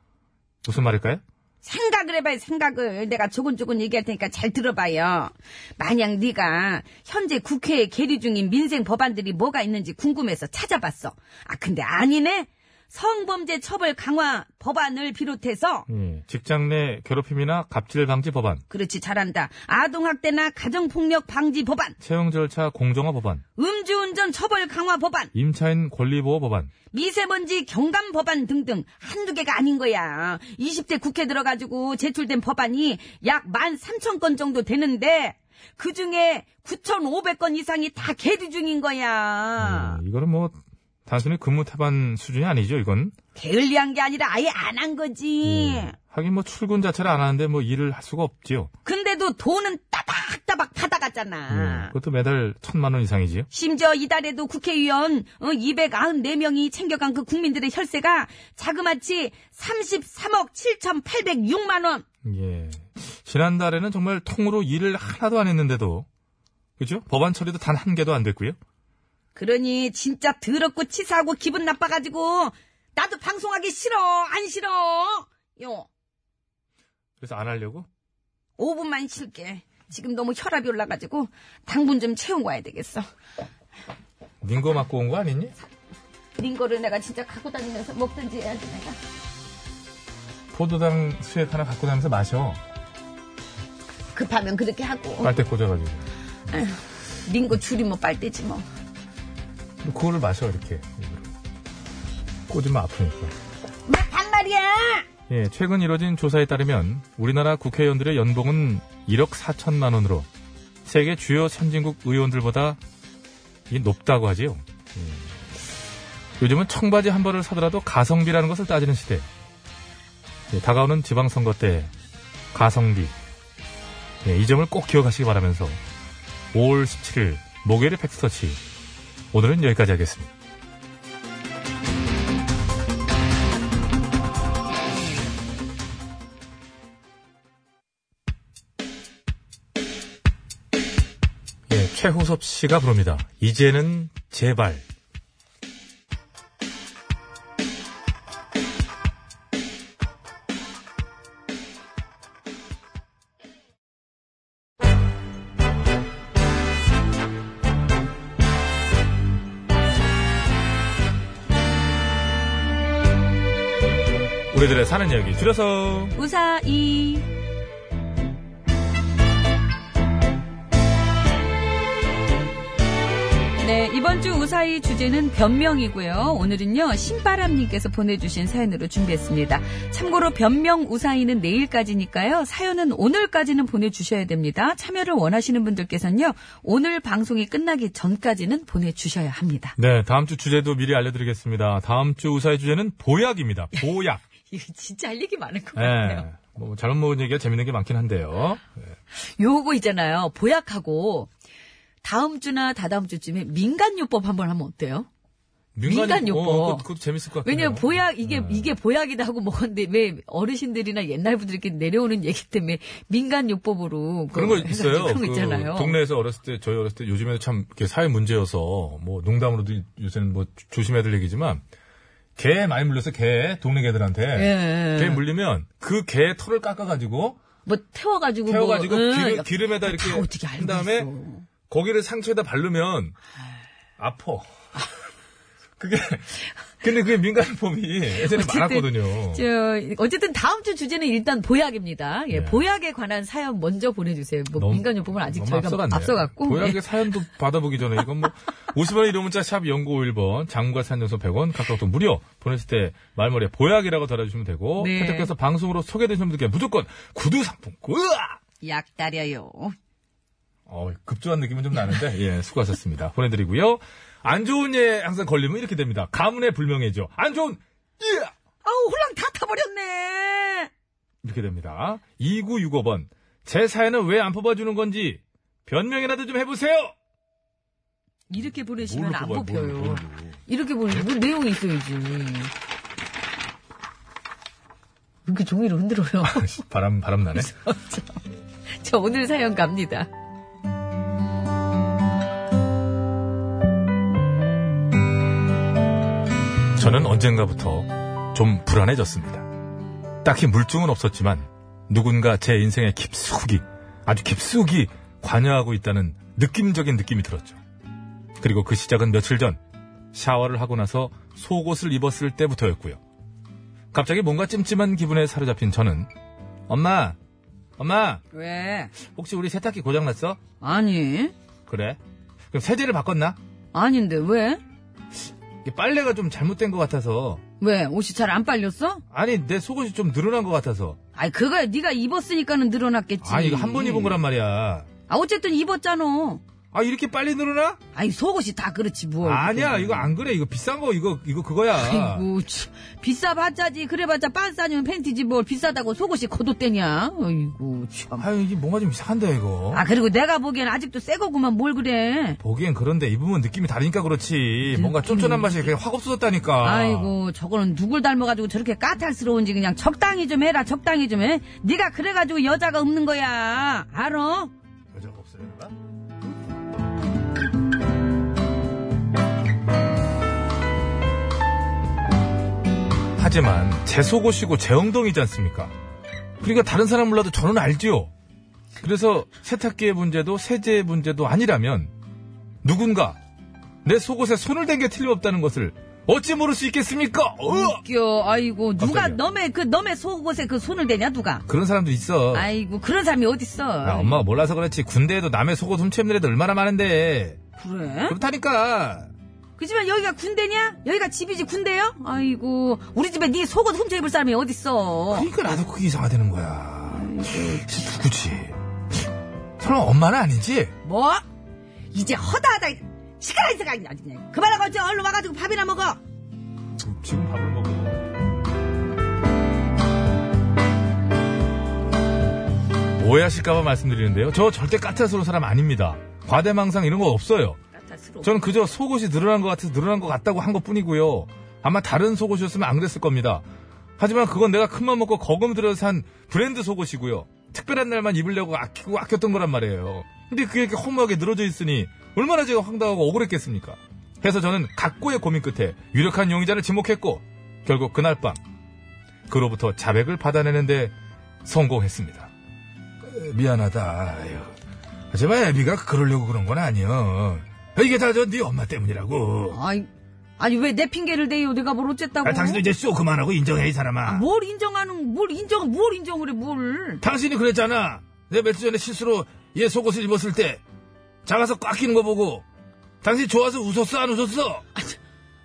[SPEAKER 1] 무슨 말일까요?
[SPEAKER 2] 생각을 해봐요 생각을 내가 조곤조곤 얘기할 테니까 잘 들어봐요 만약 네가 현재 국회에 계류 중인 민생 법안들이 뭐가 있는지 궁금해서 찾아봤어 아 근데 아니네 성범죄 처벌 강화 법안을 비롯해서
[SPEAKER 1] 예, 직장 내 괴롭힘이나 갑질 방지 법안,
[SPEAKER 2] 그렇지 잘한다 아동학대나 가정폭력 방지 법안
[SPEAKER 1] 채용 절차 공정화 법안,
[SPEAKER 2] 음주운전 처벌 강화 법안
[SPEAKER 1] 임차인 권리 보호 법안,
[SPEAKER 2] 미세먼지 경감 법안 등등 한두 개가 아닌 거야 20대 국회 들어가지고 제출된 법안이 약 13,000건 정도 되는데 그 중에 9,500건 이상이 다 계류 중인 거야.
[SPEAKER 1] 예, 이거는 뭐 단순히 근무 태반 수준이 아니죠. 이건
[SPEAKER 2] 게을리한 게 아니라 아예 안 한 거지.
[SPEAKER 1] 하긴 뭐 출근 자체를 안 하는데 뭐 일을 할 수가 없지요.
[SPEAKER 2] 근데도 돈은 따박따박 받아갔잖아.
[SPEAKER 1] 예, 그것도 매달 천만 원 이상이지요.
[SPEAKER 2] 심지어 이달에도 국회의원 어, 294명이 챙겨간 그 국민들의 혈세가 자그마치 33억 7,806만 원.
[SPEAKER 1] 예. 지난달에는 정말 통으로 일을 하나도 안 했는데도 그죠? 법안 처리도 단 한 개도 안 됐고요.
[SPEAKER 2] 그러니 진짜 더럽고 치사하고 기분 나빠가지고 나도 방송하기 싫어 안 싫어 요
[SPEAKER 1] 그래서 안 하려고
[SPEAKER 2] 5분만 쉴게 지금 너무 혈압이 올라가지고 당분 좀 채운 와야 되겠어
[SPEAKER 1] 링거 맞고 온 거 아니니?
[SPEAKER 2] 링거를 내가 진짜 갖고 다니면서 먹든지 해야지 내가
[SPEAKER 1] 포도당 수액 하나 갖고 다니면서 마셔.
[SPEAKER 15] 급하면 그렇게 하고.
[SPEAKER 1] 빨대 꽂아가지고.
[SPEAKER 15] 아휴, 링거 줄이 뭐 빨대지 뭐.
[SPEAKER 1] 그거를 마셔, 이렇게. 일부러. 꽂으면 아프니까.
[SPEAKER 16] 단 말이야.
[SPEAKER 1] 예, 최근 이뤄진 조사에 따르면 우리나라 국회의원들의 연봉은 1억 4천만 원으로 세계 주요 선진국 의원들보다 이 높다고 하지요. 예. 요즘은 청바지 한 벌을 사더라도 가성비라는 것을 따지는 시대. 예, 다가오는 지방선거 때 가성비. 예, 이 점을 꼭 기억하시기 바라면서 5월 17일 목요일의 팩스터치. 오늘은 여기까지 하겠습니다. 예, 최호섭 씨가 부릅니다. 이제는 제발. 우리들의 사는 이야기 줄여서
[SPEAKER 2] 우사이. 네, 이번 주 우사이 주제는 변명이고요. 오늘은요, 신바람님께서 보내주신 사연으로 준비했습니다. 참고로 변명 우사이는 내일까지니까요, 사연은 오늘까지는 보내주셔야 됩니다. 참여를 원하시는 분들께서는요, 오늘 방송이 끝나기 전까지는 보내주셔야 합니다.
[SPEAKER 1] 네, 다음 주 주제도 미리 알려드리겠습니다. 다음 주 우사의 주제는 보약입니다. 보약.
[SPEAKER 2] 이거 진짜 할 얘기 많을 것 같아요.
[SPEAKER 1] 예. 뭐 잘못 모은 얘기가 재밌는 게 많긴 한데요. 예.
[SPEAKER 2] 요거 있잖아요. 보약하고 다음 주나 다다음 주쯤에 민간요법 한번 하면 어때요? 민간요법.
[SPEAKER 1] 어, 그것도, 그것도 재밌을 것 같아요. 네.
[SPEAKER 2] 왜냐면 보약 이게 이게 보약이다 하고 먹었는데 왜 어르신들이나 옛날 분들 이렇게 내려오는 얘기 때문에 민간요법으로
[SPEAKER 1] 그런 거 있어요.
[SPEAKER 2] 그런 거 있잖아요.
[SPEAKER 1] 그 동네에서 어렸을 때 저희 어렸을 때 요즘에도 참 이렇게 사회 문제여서 뭐 농담으로도 요새는 뭐 조- 조심해야 될 얘기지만 개 많이 물려서 개 동네 개들한테
[SPEAKER 2] 예, 예.
[SPEAKER 1] 개 물리면 그 개 털을 깎아가지고
[SPEAKER 2] 뭐 태워가지고
[SPEAKER 1] 태워가지고
[SPEAKER 2] 뭐, 응,
[SPEAKER 1] 기름,
[SPEAKER 2] 약-
[SPEAKER 1] 기름에다 이렇게
[SPEAKER 2] 다 어떻게 알고
[SPEAKER 1] 한 다음에 거기를 상처에다 바르면 아파. 그게 근데 그게 민간요법이 예전에
[SPEAKER 2] 어쨌든
[SPEAKER 1] 많았거든요.
[SPEAKER 2] 저, 어쨌든 다음 주 주제는 일단 보약입니다. 예,
[SPEAKER 1] 예.
[SPEAKER 2] 보약에 관한 사연 먼저 보내주세요. 뭐
[SPEAKER 1] 너무-
[SPEAKER 2] 민간요법은 아직
[SPEAKER 1] 너무
[SPEAKER 2] 저희가
[SPEAKER 1] 앞서갔네.
[SPEAKER 2] 앞서갔고
[SPEAKER 1] 고약의
[SPEAKER 2] 예.
[SPEAKER 1] 사연도 받아보기 전에 이건 뭐 50원의 이름 문자 샵 0951번 장과 산연소 100원 카카오톡 무료 보냈을 때 말머리에 보약이라고 달아주시면 되고
[SPEAKER 2] 네.
[SPEAKER 1] 선택해서 방송으로 소개되신 분들께 무조건 구두 상품권
[SPEAKER 2] 약 따려요.
[SPEAKER 1] 어, 급조한 느낌은 좀 나는데
[SPEAKER 2] 네.
[SPEAKER 1] 예 수고하셨습니다 보내드리고요 안 좋은 예 항상 걸리면 이렇게 됩니다 가문의 불명예죠 안 좋은 예
[SPEAKER 2] 아우 홀랑 다 타버렸네.
[SPEAKER 1] 이렇게 됩니다 2965번 제 사연은 왜 안 뽑아주는 건지 변명이라도 좀 해보세요
[SPEAKER 2] 이렇게 보내시면 안
[SPEAKER 1] 뭘로 뽑아요,
[SPEAKER 2] 뽑혀요.
[SPEAKER 1] 뭘로,
[SPEAKER 2] 이렇게 보내면 뭐 내용이 있어야지. 이렇게 종이를 흔들어요.
[SPEAKER 1] 바람 바람 나네
[SPEAKER 2] 저 오늘 사연 갑니다.
[SPEAKER 1] 저는 언젠가부터 좀 불안해졌습니다. 딱히 물증은 없었지만 누군가 제 인생에 깊숙이 아주 깊숙이 관여하고 있다는 느낌적인 느낌이 들었죠. 그리고 그 시작은 며칠 전 샤워를 하고 나서 속옷을 입었을 때부터였고요. 갑자기 뭔가 찜찜한 기분에 사로잡힌 저는 엄마, 엄마,
[SPEAKER 2] 왜?
[SPEAKER 1] 혹시 우리 세탁기 고장났어?
[SPEAKER 2] 아니
[SPEAKER 1] 그래? 그럼 세제를 바꿨나?
[SPEAKER 2] 아닌데 왜?
[SPEAKER 1] 이게 빨래가 좀 잘못된 것 같아서
[SPEAKER 2] 왜 옷이 잘 안 빨렸어?
[SPEAKER 1] 아니 내 속옷이 좀 늘어난 것 같아서
[SPEAKER 2] 아이 그거야 네가 입었으니까는 늘어났겠지.
[SPEAKER 1] 아 이거 한 번 입은 거란 말이야.
[SPEAKER 2] 아 어쨌든 입었잖아.
[SPEAKER 1] 아 이렇게 빨리 늘어나?
[SPEAKER 2] 아이 속옷이 다 그렇지 뭐.
[SPEAKER 1] 아니야 이거 안 그래 이거 비싼 거 이거 이거 그거야.
[SPEAKER 2] 아이고 참. 비싸봤자지 그래봤자 빤싸니면 팬티지 뭘 비싸다고 속옷이 거뒀대냐. 아이고 참.
[SPEAKER 1] 아유, 이게 뭔가 좀 이상한데 이거.
[SPEAKER 2] 아 그리고 내가 보기엔 아직도 새 거구만 뭘 그래.
[SPEAKER 1] 보기엔 그런데 입으면 느낌이 다르니까 그렇지. 뭔가 쫀쫀한 맛이 그냥 확 없어졌다니까.
[SPEAKER 2] 아이고 저거는 누굴 닮아가지고 저렇게 까탈스러운지 그냥 적당히 좀 해라 적당히 좀 해. 네가 그래가지고 여자가 없는 거야. 알어?
[SPEAKER 1] 여자가 없어요, 내가? 하지만 제 속옷이고 제 엉덩이지 않습니까? 그러니까 다른 사람 몰라도 저는 알지요. 그래서 세탁기의 문제도 세제의 문제도 아니라면 누군가 내 속옷에 손을 댄 게 틀림없다는 것을 어찌 모를 수 있겠습니까? 어!
[SPEAKER 2] 웃겨. 아이고 누가
[SPEAKER 1] 깜짝이야.
[SPEAKER 2] 너의 그 너의 속옷에 그 손을 대냐 누가?
[SPEAKER 1] 그런 사람도 있어.
[SPEAKER 2] 아이고 그런 사람이 어딨어?
[SPEAKER 1] 야, 엄마가 몰라서 그렇지. 군대에도 남의 속옷 훔치는 애들 얼마나 많은데.
[SPEAKER 2] 그래?
[SPEAKER 1] 그렇다니까.
[SPEAKER 2] 그지만 여기가 군대냐? 여기가 집이지 군대요? 아이고 우리 집에 네 속옷 훔쳐 입을 사람이 어딨어?
[SPEAKER 1] 그러니까 나도 그게 이상화되는 거야. 진짜 누구지? 설마 엄마는 아니지?
[SPEAKER 2] 뭐? 이제 허다하다 시끄러이 생각이 아주 그냥 그만하고 이제 얼른 와가지고 밥이나 먹어.
[SPEAKER 1] 지금 밥을 먹어. 오해하실까봐 말씀드리는데요. 저 절대 까탈스러운 사람 아닙니다. 과대망상 이런 거 없어요. 저는 그저 속옷이 늘어난 것 같아서 늘어난 것 같다고 한 것 뿐이고요. 아마 다른 속옷이었으면 안 그랬을 겁니다. 하지만 그건 내가 큰맘 먹고 거금 들여서 산 브랜드 속옷이고요. 특별한 날만 입으려고 아끼고 아꼈던 거란 말이에요. 근데 그게 이렇게 허무하게 늘어져 있으니 얼마나 제가 황당하고 억울했겠습니까? 해서 저는 각고의 고민 끝에 유력한 용의자를 지목했고 결국 그날 밤 그로부터 자백을 받아내는데 성공했습니다.
[SPEAKER 6] 미안하다. 아유. 하지만 애비가 그러려고 그런 건 아니여. 이게 다 저 네 엄마 때문이라고.
[SPEAKER 2] 아이, 아니 왜 내 핑계를 대요? 내가 뭘 어쨌다고?
[SPEAKER 6] 아, 당신도 이제 쇼 그만하고 인정해 이 사람아.
[SPEAKER 12] 뭐
[SPEAKER 2] 뭘 인정하는 뭘 인정 뭘 인정을 해 뭘?
[SPEAKER 6] 당신이 그랬잖아. 내가 며칠 전에 실수로 얘 속옷을 입었을 때 작아서 꽉 끼는 거 보고 당신 좋아서 웃었어 안 웃었어?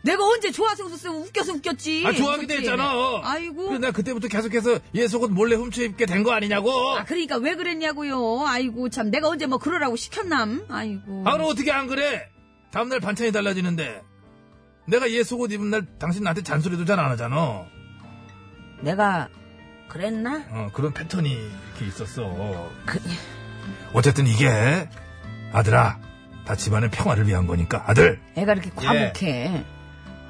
[SPEAKER 2] 내가 언제 좋아서 웃었어? 웃겨서 웃겼지.
[SPEAKER 6] 아 좋아하기도
[SPEAKER 2] 예, 웃겼지.
[SPEAKER 6] 했잖아.
[SPEAKER 2] 아이고.
[SPEAKER 6] 그래서 나 그때부터 계속해서 얘 속옷 몰래 훔쳐 입게 된 거 아니냐고.
[SPEAKER 2] 아 그러니까 왜 그랬냐고요? 아이고 참 내가 언제 뭐 그러라고 시켰남? 아이고.
[SPEAKER 6] 아, 너 어떻게 안 그래? 다음날 반찬이 달라지는데. 내가 얘 속옷 입은 날 당신 나한테 잔소리도 잘 안 하잖아.
[SPEAKER 2] 내가 그랬나? 그,
[SPEAKER 6] 어, 그런 패턴이 이렇게 있었어. 어쨌든 이게, 아들아, 다 집안의 평화를 위한 거니까. 아들,
[SPEAKER 2] 애가 이렇게 과묵해.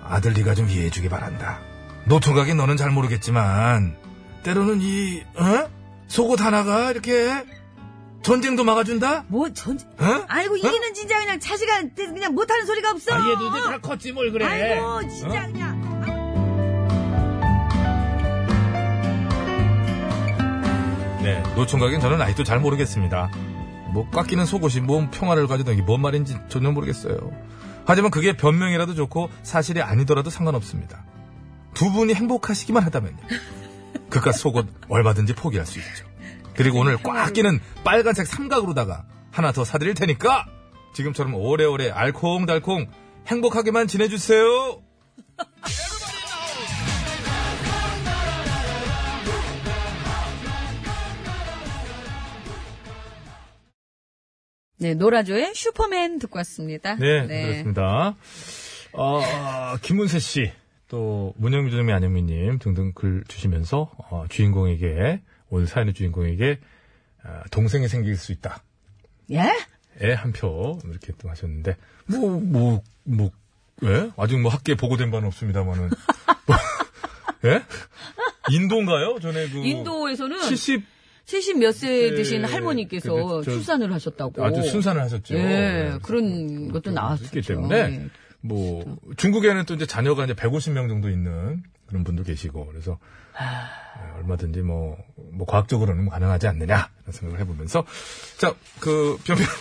[SPEAKER 6] 아들 네가 좀 이해해주기 바란다. 노통각인 너는 잘 모르겠지만, 때로는 이, 어? 속옷 하나가 이렇게 전쟁도 막아준다?
[SPEAKER 2] 뭐, 전쟁?
[SPEAKER 6] 어?
[SPEAKER 2] 아이고 이는 진짜 그냥 자식한테 그냥 못하는 소리가 없어.
[SPEAKER 6] 아, 얘도 이제 다 컸지 뭘 그래.
[SPEAKER 2] 아이고 진짜
[SPEAKER 6] 어?
[SPEAKER 2] 그냥.
[SPEAKER 1] 네, 노총각인 저는 아직도 잘 모르겠습니다. 뭐 깎이는 속옷이 뭔 평화를 가져다니 뭔 말인지 전혀 모르겠어요. 하지만 그게 변명이라도 좋고 사실이 아니더라도 상관없습니다. 두 분이 행복하시기만 하다면요. 그깟 속옷 얼마든지 포기할 수 있죠. 그리고 오늘 꽉 끼는 빨간색 삼각으로다가 하나 더 사드릴 테니까 지금처럼 오래오래 알콩달콩 행복하게만 지내주세요.
[SPEAKER 12] 네, 노라조의 슈퍼맨 듣고 왔습니다.
[SPEAKER 1] 네, 그렇습니다. 어, 김문세 씨, 또 문영미 조정미 안영미님 등등 글 주시면서 어, 주인공에게 오늘 사연의 주인공에게 어, 동생이 생길 수 있다.
[SPEAKER 2] 예?
[SPEAKER 1] 에한표 이렇게 또 하셨는데 뭐 뭐 뭐 예? 아직 뭐 학계에 보고된 바는 없습니다만은 예? 인도인가요? 전에 그
[SPEAKER 12] 인도에서는
[SPEAKER 1] 70
[SPEAKER 12] 70 몇 세 되신
[SPEAKER 1] 네,
[SPEAKER 12] 할머니께서
[SPEAKER 1] 근데 저-
[SPEAKER 12] 출산을 하셨다고.
[SPEAKER 1] 아주 순산을 하셨죠. 네. 뭐
[SPEAKER 12] 예, 그런 것도 나왔었죠. 예.
[SPEAKER 1] 있기 때문에 뭐 중국에는 또 이제 자녀가 이제 150명 정도 있는 그런 분도 계시고 그래서
[SPEAKER 12] 아.
[SPEAKER 1] 예, 얼마든지 뭐, 뭐 과학적으로는 가능하지 않느냐 이런 생각을 해보면서 자그 변명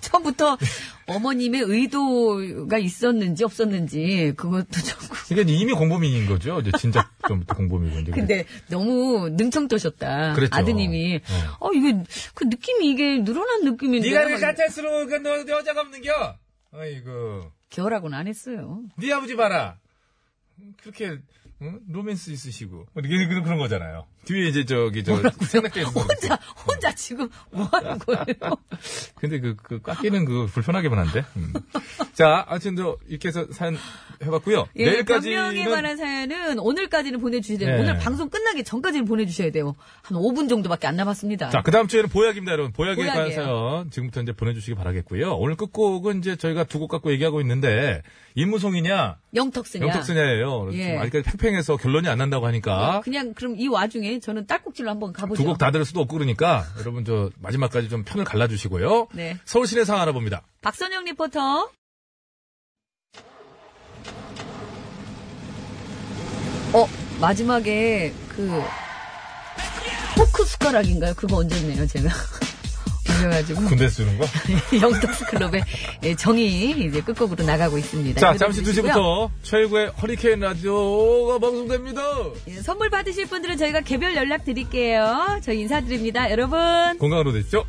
[SPEAKER 12] 처음부터 어머님의 의도가 있었는지 없었는지 그것도 좀.
[SPEAKER 1] 이게 이제 이미 공범인인 거죠 이제 진작 좀부터 공범이고 이제
[SPEAKER 12] 근데 너무 능청떠셨다.
[SPEAKER 1] 그랬죠.
[SPEAKER 12] 아드님이 어 이게 그 느낌이 이게 늘어난 느낌인데.
[SPEAKER 6] 네가 왜 가짜스러워, 그, 너, 여자가 없는겨? 아이고.
[SPEAKER 12] 결하고는 안 했어요.
[SPEAKER 6] 네 아버지 봐라. 그렇게, 응? 로맨스 있으시고.
[SPEAKER 1] 뭐 이게 그런 그런 거잖아요. 뒤에 이제 저기 저 생각해
[SPEAKER 12] 혼자 혼자 지금 뭐 하는 거예요?
[SPEAKER 1] 근데 그, 그 깎이는 그 불편하기만 한데. 음. 자, 아무튼 저 이렇게 해서 사연 해봤고요.
[SPEAKER 12] 예, 변명에
[SPEAKER 1] 내일까지는
[SPEAKER 12] 관한 사연은 오늘까지는 보내주셔야 돼요.
[SPEAKER 1] 네.
[SPEAKER 12] 오늘 방송 끝나기 전까지는 보내주셔야 돼요. 한 5분 정도밖에 안 남았습니다.
[SPEAKER 1] 자, 그 다음 주에는 보약입니다, 여러분. 보약에 관한
[SPEAKER 12] 보약이에요.
[SPEAKER 1] 사연 지금부터 이제 보내주시기 바라겠고요. 오늘 끝곡은 이제 저희가 두 곡 갖고 얘기하고 있는데 임무송이냐
[SPEAKER 12] 영턱스냐.
[SPEAKER 1] 영탁스냐예요.
[SPEAKER 12] 예.
[SPEAKER 1] 아직까지 팽팽해서 결론이 안 난다고 하니까
[SPEAKER 12] 그냥 그럼 이 와중에 저는 딸꾹질로 한번 가보죠.
[SPEAKER 1] 두 곡 다 들을 수도 없고 그러니까 여러분 저 마지막까지 좀 편을 갈라주시고요.
[SPEAKER 12] 네.
[SPEAKER 1] 서울 시내 상황 알아봅니다.
[SPEAKER 12] 박선영 리포터. 어, 마지막에 그 포크 숟가락인가요? 그거 얹었네요, 제가.
[SPEAKER 2] 그래가지고
[SPEAKER 1] 군대 쓰는 거?
[SPEAKER 2] 영덕스 클럽의 예, 정이 이제 끝곡으로 나가고 있습니다.
[SPEAKER 1] 자,
[SPEAKER 2] 여러분
[SPEAKER 1] 잠시
[SPEAKER 2] 네, 들으시고요.
[SPEAKER 1] 2시부터 최고의 허리케인 라디오가 방송됩니다.
[SPEAKER 2] 예, 선물 받으실 분들은 저희가 개별 연락 드릴게요. 저희 인사드립니다. 여러분.
[SPEAKER 1] 건강으로 되십시오.